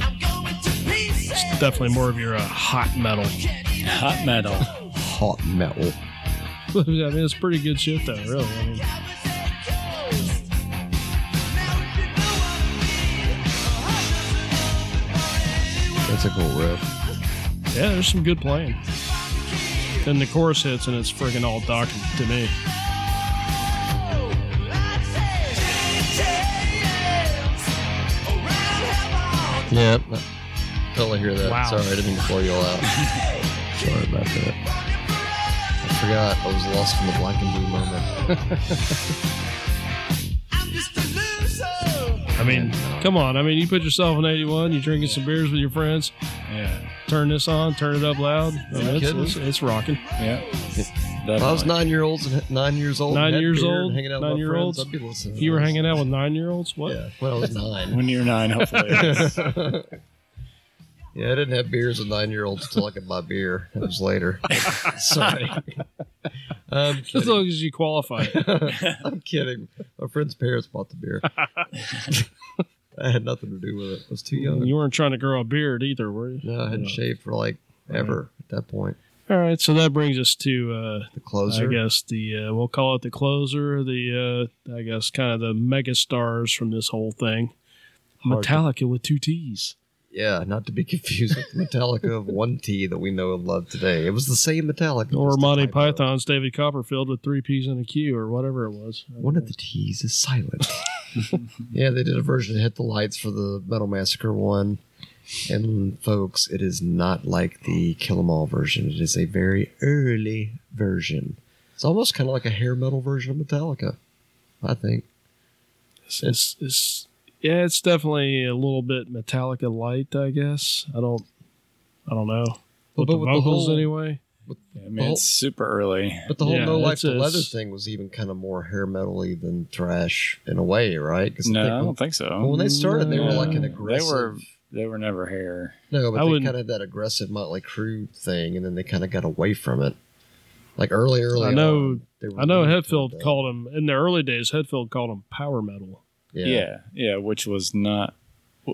S5: I'm going to pieces.
S1: It's definitely more of your uh, hot metal. *laughs*
S3: Hot *laughs* metal.
S2: Hot metal.
S1: I mean, it's pretty good shit though, really. I mean,
S2: That's a cool riff.
S1: yeah, there's some good playing. Then the chorus hits and it's friggin' all docking to me.
S2: Yeah. Until I hear that.
S1: Wow.
S2: Sorry, I didn't mean to blow you all out. *laughs* Sorry about that. I forgot. I was lost in the black and blue moment.
S1: I mean, come on. I mean, you put yourself in 81, you're drinking some beers with your friends.
S3: Yeah.
S1: Turn this on, turn it up loud. I mean, it's,
S2: kidding?
S1: it's, it's rocking.
S3: Yeah.
S2: If I was
S3: Definitely.
S2: nine year olds and nine years old, and
S1: Nine
S2: had
S1: years
S2: beer and
S1: old,
S2: hanging out with
S1: nine
S2: my
S1: year
S2: friends,
S1: olds.
S2: I'd be listening.
S1: If
S2: to
S1: you were
S2: this.
S1: hanging out with nine year olds, what?
S2: yeah, when I was nine.
S3: When you're nine,
S2: *laughs*
S3: hopefully.
S1: *laughs*
S2: Yeah, I didn't have beers with nine year olds until I could buy beer. It
S1: *laughs*
S2: was later. Sorry. *laughs* I'm
S1: As
S2: kidding.
S1: long as you qualify it.
S2: *laughs* I'm kidding. My friend's parents bought the beer. *laughs* I had nothing to do with it. I was too young.
S1: *laughs* You weren't trying to grow a beard either, were you?
S2: No, I hadn't shaved for like ever at that point.
S1: All right, so that brings us to, uh,
S2: The
S1: I
S2: closer.
S1: guess the uh, we'll call it the closer, the uh, I guess kind of the mega stars from this whole thing,
S2: Hard to-
S1: Metallica with two T's.
S2: Yeah, not to be *laughs* confused with Metallica of one T that we know and love today. It was the same Metallica.
S1: Or
S2: just a
S1: Monty
S2: typo.
S1: Python's David Copperfield with three P's and a Q, or whatever it was.
S2: One of the T's
S1: *laughs*
S2: is silent. yeah, they did a version of Hit the Lights for the Metal Massacre one. And folks, it is not like the Kill 'Em All version. It is a very early version. It's almost kind of like a hair metal version of Metallica, I think.
S1: It's, it's, it's- yeah, it's definitely a little bit Metallica light, I guess. I don't, I don't know. With
S2: but
S1: the
S2: with the
S1: vocals
S2: whole-
S1: anyway.
S3: I mean, it's super early.
S2: But the whole
S1: Yeah,
S2: No Life
S1: it's-
S2: to
S1: it's-
S2: Leather thing was even kind of more hair metally than thrash in a way, right? 'Cause I
S3: No,
S2: think
S3: I
S2: when-
S3: don't think so.
S2: Well, when they started, they were like an
S3: No.
S2: aggressive.
S3: They were they were never hair.
S2: no, but
S1: I
S2: they
S1: wouldn't-
S2: kind of had that aggressive Motley Crue thing, and then they kind of got away from it. Like early, early.
S1: I know-
S2: on, they were
S1: I know
S2: really
S1: Hetfield
S2: good, uh,
S1: called him in the early days. Hetfield called him power metal.
S2: Yeah,
S3: Yeah. yeah, which was not.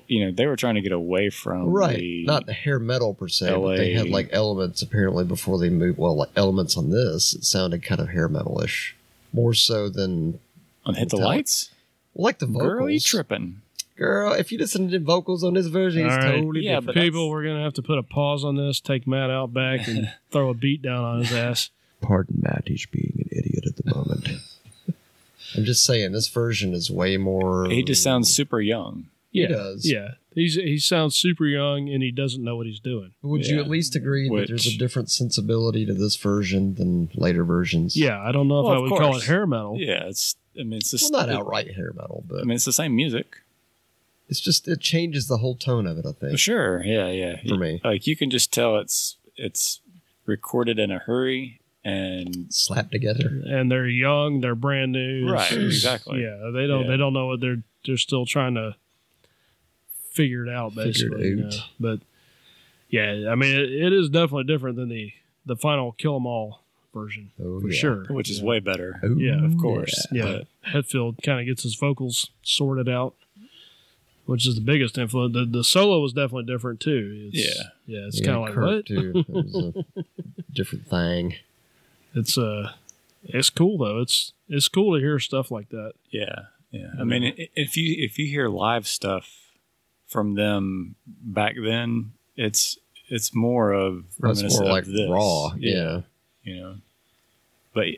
S3: You know, they were trying to get away from
S2: right.
S3: the-
S2: Not the hair metal per se, but they had
S3: LA.
S2: like elements apparently before they moved. Well, like elements on this, it sounded kind of hair metalish, more so than
S3: on hit the
S2: Metallica.
S3: lights.
S2: like the vocals.
S3: Girl, you tripping?
S2: Girl, if you listen to the vocals on this version, it's
S1: All right.
S2: totally
S3: Yeah, but
S1: People, we're gonna have to put a pause on this. Take Matt out back
S3: *laughs*
S1: and throw a beat down on his ass.
S2: Pardon Matt, he's being an idiot at the
S4: *laughs*
S2: moment. I'm just saying, this version is way more.
S3: He just
S2: Oh.
S3: sounds super young.
S1: Yeah,
S2: does.
S1: Yeah, he's he sounds super young and he doesn't know what he's doing.
S2: Would you
S3: Yeah.
S2: at least agree that there's a
S3: Which-
S2: different sensibility to this version than later versions?
S1: Yeah, I don't know if
S3: Well,
S1: I
S3: of
S1: would call it
S3: course.
S1: hair metal.
S3: Yeah, it's. I mean, it's
S2: Well,
S3: just
S2: not
S3: it-
S2: outright hair metal,
S3: I
S2: but
S3: mean, it's the same music.
S2: it's just it changes the whole tone of it. I think.
S3: Sure. Yeah. Yeah.
S2: For me.
S3: like you can just tell it's it's recorded in a hurry and
S2: Slapped together.
S1: And they're young, they're brand new.
S3: Right,
S1: It's-
S3: exactly.
S1: Yeah, they don't
S3: Yeah.
S1: they don't know what they're they're still trying to figure it out
S2: Figure it
S1: basically. you
S2: out.
S1: know. But yeah, I mean it, it is definitely different than the the final Kill 'Em All version
S2: Oh,
S1: for
S2: yeah.
S1: sure.
S3: which is way better.
S2: Oh,
S1: Yeah, of
S3: Of course.
S1: Yeah, Hetfield kind of gets his vocals sorted out, which is the biggest influence. The, the solo was definitely different too. It's,
S3: Yeah.
S1: yeah, it's
S2: Yeah,
S1: kind of like
S2: Kurt,
S1: what?
S2: too. It was a
S3: *laughs*
S2: different thing.
S1: It's uh, it's cool though. It's it's cool to hear stuff like that.
S3: Yeah, yeah. I mean, i- if you if you hear live stuff from them back then, it's it's more of
S2: It's
S3: reminiscent
S2: more like
S3: of this.
S2: raw. Yeah.
S3: you know. But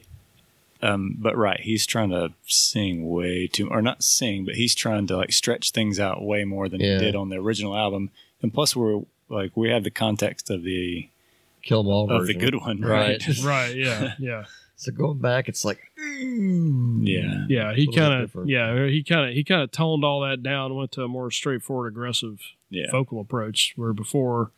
S3: Um, but right, he's trying to sing way too, or not sing, but he's trying to like stretch things out way more than
S2: Yeah.
S3: he did on the original album. And plus, we're like we have the context of the
S2: Kill 'em all
S3: of the
S2: version.
S3: good one,
S2: Right.
S3: right?
S1: *laughs* right. Yeah. Yeah.
S2: So going back, it's like
S3: yeah,
S1: Yeah. He
S2: A little
S1: kind of,
S2: different.
S1: yeah, he kind of, he kind of toned all that down, went to a more straightforward, aggressive
S3: yeah,
S1: vocal approach where before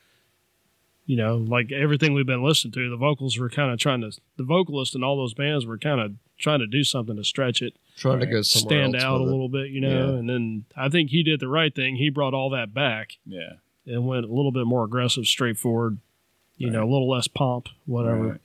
S1: you know like everything we've been listening to the vocals were kind of trying to the vocalist and all those bands were kind of trying to do something to stretch it
S2: trying to
S3: Right.
S2: go somewhere
S1: stand
S2: else
S1: out a
S2: with it.
S1: little bit you know and then i think he did the right thing he brought all that back
S3: yeah.
S1: and went a little bit more aggressive straightforward you know a little less pomp whatever
S3: Right.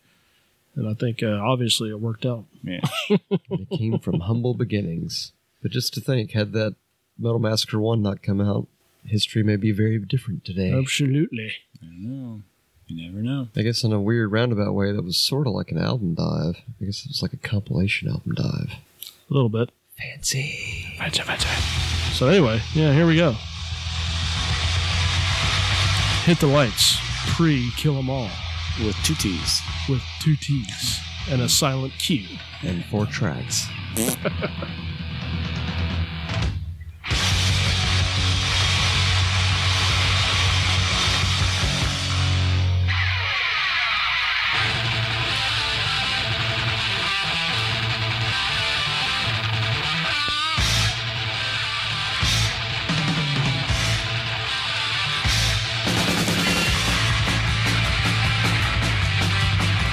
S1: and i think uh, obviously it worked out
S3: Yeah.
S2: It came from humble beginnings. But just to think, had that Metal Massacre 1 not come out, history may be very different today.
S1: absolutely
S3: I don't know. You never know.
S2: I guess in a weird roundabout way, that was sort of like an album dive. I guess it was like a compilation album dive.
S1: a little bit fancy so anyway yeah here we go hit the lights pre kill 'em all
S3: With two T's.
S1: with two T's and a silent Q.
S2: And four tracks.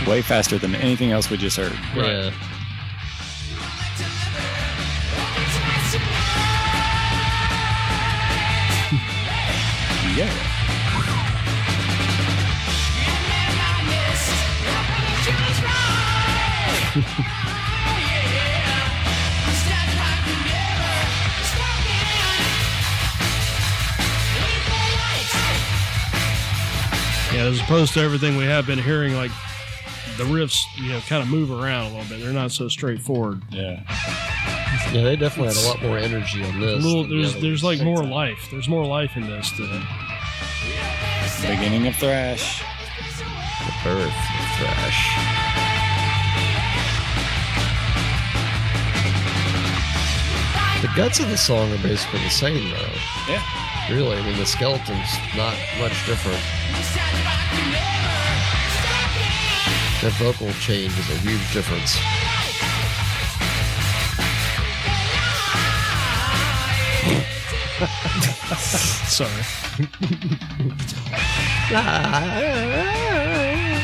S3: Way faster than anything else we just heard.
S2: Yeah.
S3: Yeah.
S1: Yeah, as opposed to everything we have been hearing, like the riffs, you know, kind of move around a little bit. They're not so straightforward.
S3: Yeah.
S2: Yeah, they definitely had a lot more energy on
S1: A
S2: this.
S1: little,
S2: than the
S1: there's
S2: other
S1: there's
S2: ones.
S1: like more life. There's more life in this. Than,
S3: Beginning of thrash.
S2: Earth Thrash. The guts of the song are basically the same, though.
S3: Yeah.
S2: Really, I mean, the skeleton's not much different. That vocal change is a huge difference.
S1: sorry,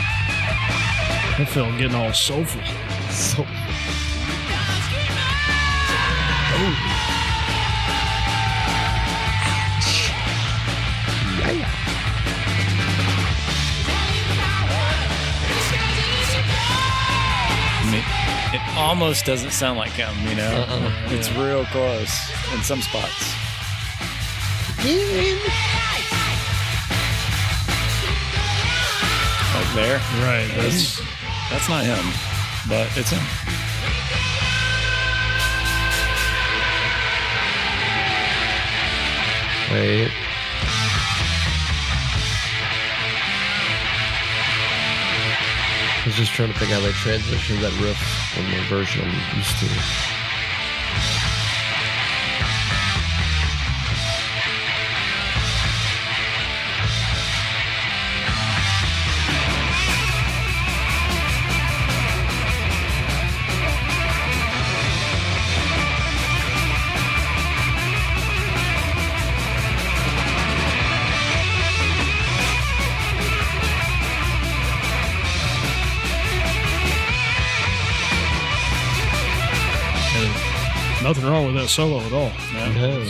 S1: *laughs* I feel getting all soulful.
S2: So,
S3: I mean, it almost doesn't sound like him, you know?
S2: Uh-uh.
S3: It's real close in some spots. Like there.
S1: Right. That's
S3: That's not him, but it's him.
S2: wait. I was just trying to think how they transitioned that riff from the version I'm used to.
S1: nothing wrong with that solo at all.
S2: No.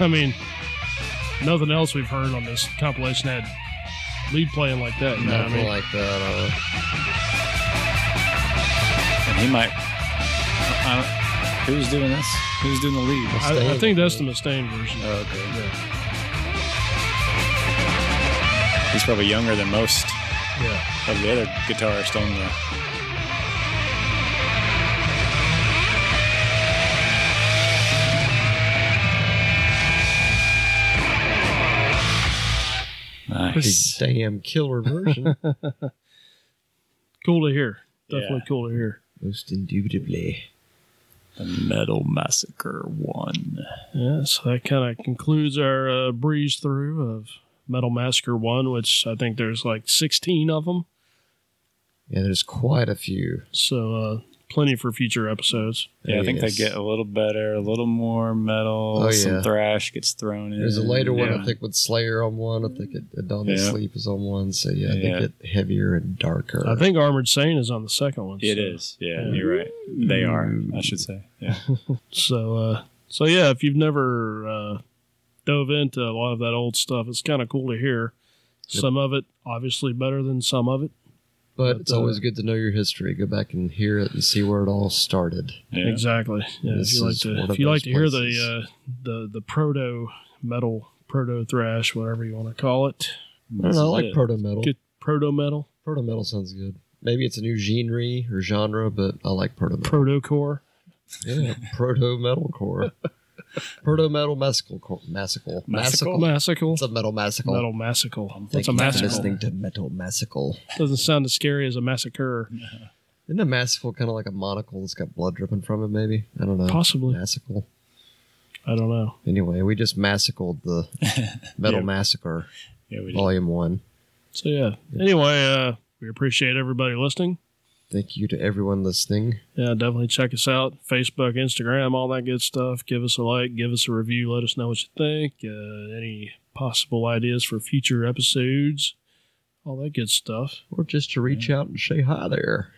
S1: I mean, nothing else we've heard on this compilation had lead playing like that. You know what I
S2: Nothing
S1: mean?
S2: like that. Uh,
S3: And he might. I, I, who's doing this? Who's doing the lead?
S1: I, I think that's the Mustaine version.
S3: He's probably younger than most.
S1: Yeah.
S3: of the other guitarist on the.
S2: Pretty
S3: Nice.
S2: damn killer version.
S1: Cool to hear. Definitely
S3: Yeah.
S1: cool to hear.
S2: Most indubitably.
S3: The Metal Massacre 1.
S1: Yeah, so that kind of concludes our uh, breeze through of Metal Massacre 1, which I think there's like 16 of them.
S2: Yeah, there's quite a few.
S1: So uh, plenty for future episodes.
S3: Yeah, I think
S2: Yes.
S3: they get a little better, a little more metal.
S2: Oh,
S3: Some
S2: yeah.
S3: thrash gets thrown in.
S2: There's a later one,
S3: Yeah.
S2: I think, with Slayer on one. I think it, uh, Dawn of
S3: Yeah.
S2: Sleep is on one. So, yeah,
S3: Yeah.
S2: they get heavier and darker.
S1: I think Armored Saint is on the second one.
S3: It
S1: so.
S3: is. Yeah,
S1: Yeah.
S3: you're right. They are, I
S2: Mm.
S3: should say.
S2: *laughs*
S3: Yeah.
S1: So, uh, so yeah, if you've never uh, dove into a lot of that old stuff, it's kind of cool to hear. Some of it, obviously, better than some of it.
S2: but
S1: but,
S2: it's
S1: uh,
S2: always good to know your history. Go back and hear it and see where it all started.
S3: yeah.
S1: Exactly. Yeah, if
S2: This
S1: you like
S2: is one
S1: to,
S2: of
S1: if you like
S2: those
S1: to hear the
S2: places.
S1: uh, the the proto metal, proto thrash, whatever you want to call it,
S2: I don't know. I
S3: Yeah.
S2: like proto metal.
S1: good proto metal,
S2: Proto metal sounds good. Maybe it's a new genre or genre, but I like proto metal.
S1: proto core.
S2: *laughs* yeah,
S1: *laughs*
S2: proto metalcore. proto metal massacre. Massacre.
S3: Massacre?
S2: Massacre.
S1: Massical.
S2: It's a metal massacre.
S1: Oh. Metal massical. What's
S2: Oh. Thank
S1: a
S2: you for
S1: massical?
S2: listening to metal massacre.
S1: Doesn't sound as scary as a massacre.
S2: Isn't a massicle kind of like a monocle that's got blood dripping from it, maybe? I don't know.
S1: Possibly.
S2: Massicle.
S1: I don't know.
S2: Anyway, we just massacled
S1: *laughs*
S2: the Metal
S3: Yeah.
S2: Massacre,
S3: Yeah, we did.
S2: Volume 1.
S1: So yeah. Anyway, uh, we appreciate everybody listening.
S2: Thank you to everyone listening.
S1: Yeah, definitely check us out. Facebook, Instagram, all that good stuff. Give us a like, give us a review, let us know what you think. Uh, any possible ideas for future episodes, all that good stuff.
S2: Or just to reach out and say hi there.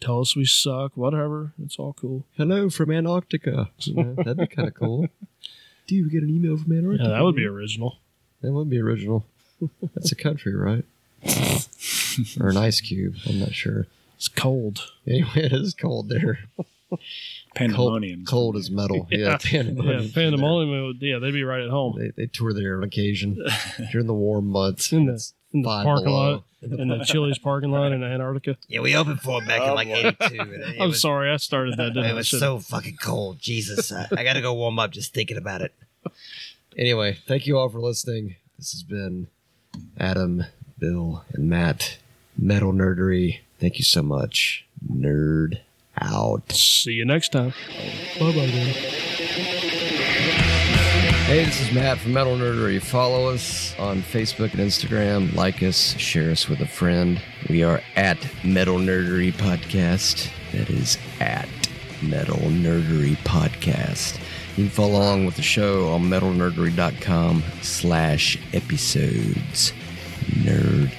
S1: Tell us we suck, whatever. It's all cool.
S2: Hello from Antarctica. You know, that'd be kind
S1: *laughs*
S2: of cool. Do you get an email from Antarctica?
S1: Yeah, that would be original.
S2: That would be original. That's a
S1: *laughs*
S2: country, right? or an ice cube. I'm not sure.
S1: It's cold.
S2: Anyway, it is cold there.
S3: Pandemonium.
S2: Cold as metal.
S1: *laughs*
S2: Yeah,
S1: Yeah,
S2: pandemonium.
S1: pandemonium. would- Yeah, they'd be right at home
S2: They, they tour there on occasion during the warm months.
S1: In the-
S2: It's
S1: in the
S2: five
S1: parking
S2: below.
S1: lot, in the Chili's parking lot in Antarctica.
S4: Yeah, we opened for it back in like '82. and it
S1: Um, *laughs* I'm
S4: was-
S1: sorry, I started that. Didn't I?
S4: It was
S1: Should've-
S4: so fucking cold. Jesus, I, I gotta go warm up just thinking about it.
S2: Anyway, thank you all for listening. This has been Adam, Bill, and Matt. Metal Nerdery. Thank you so much. Nerd out.
S1: See you next time. Bye bye, then.
S2: Hey, this is Matt from Metal Nerdery. Follow us on Facebook and Instagram. Like us, share us with a friend. We are at Metal Nerdery Podcast. That is at Metal Nerdery Podcast. You can follow along with the show on metalnerdery.com slash episodes. Nerd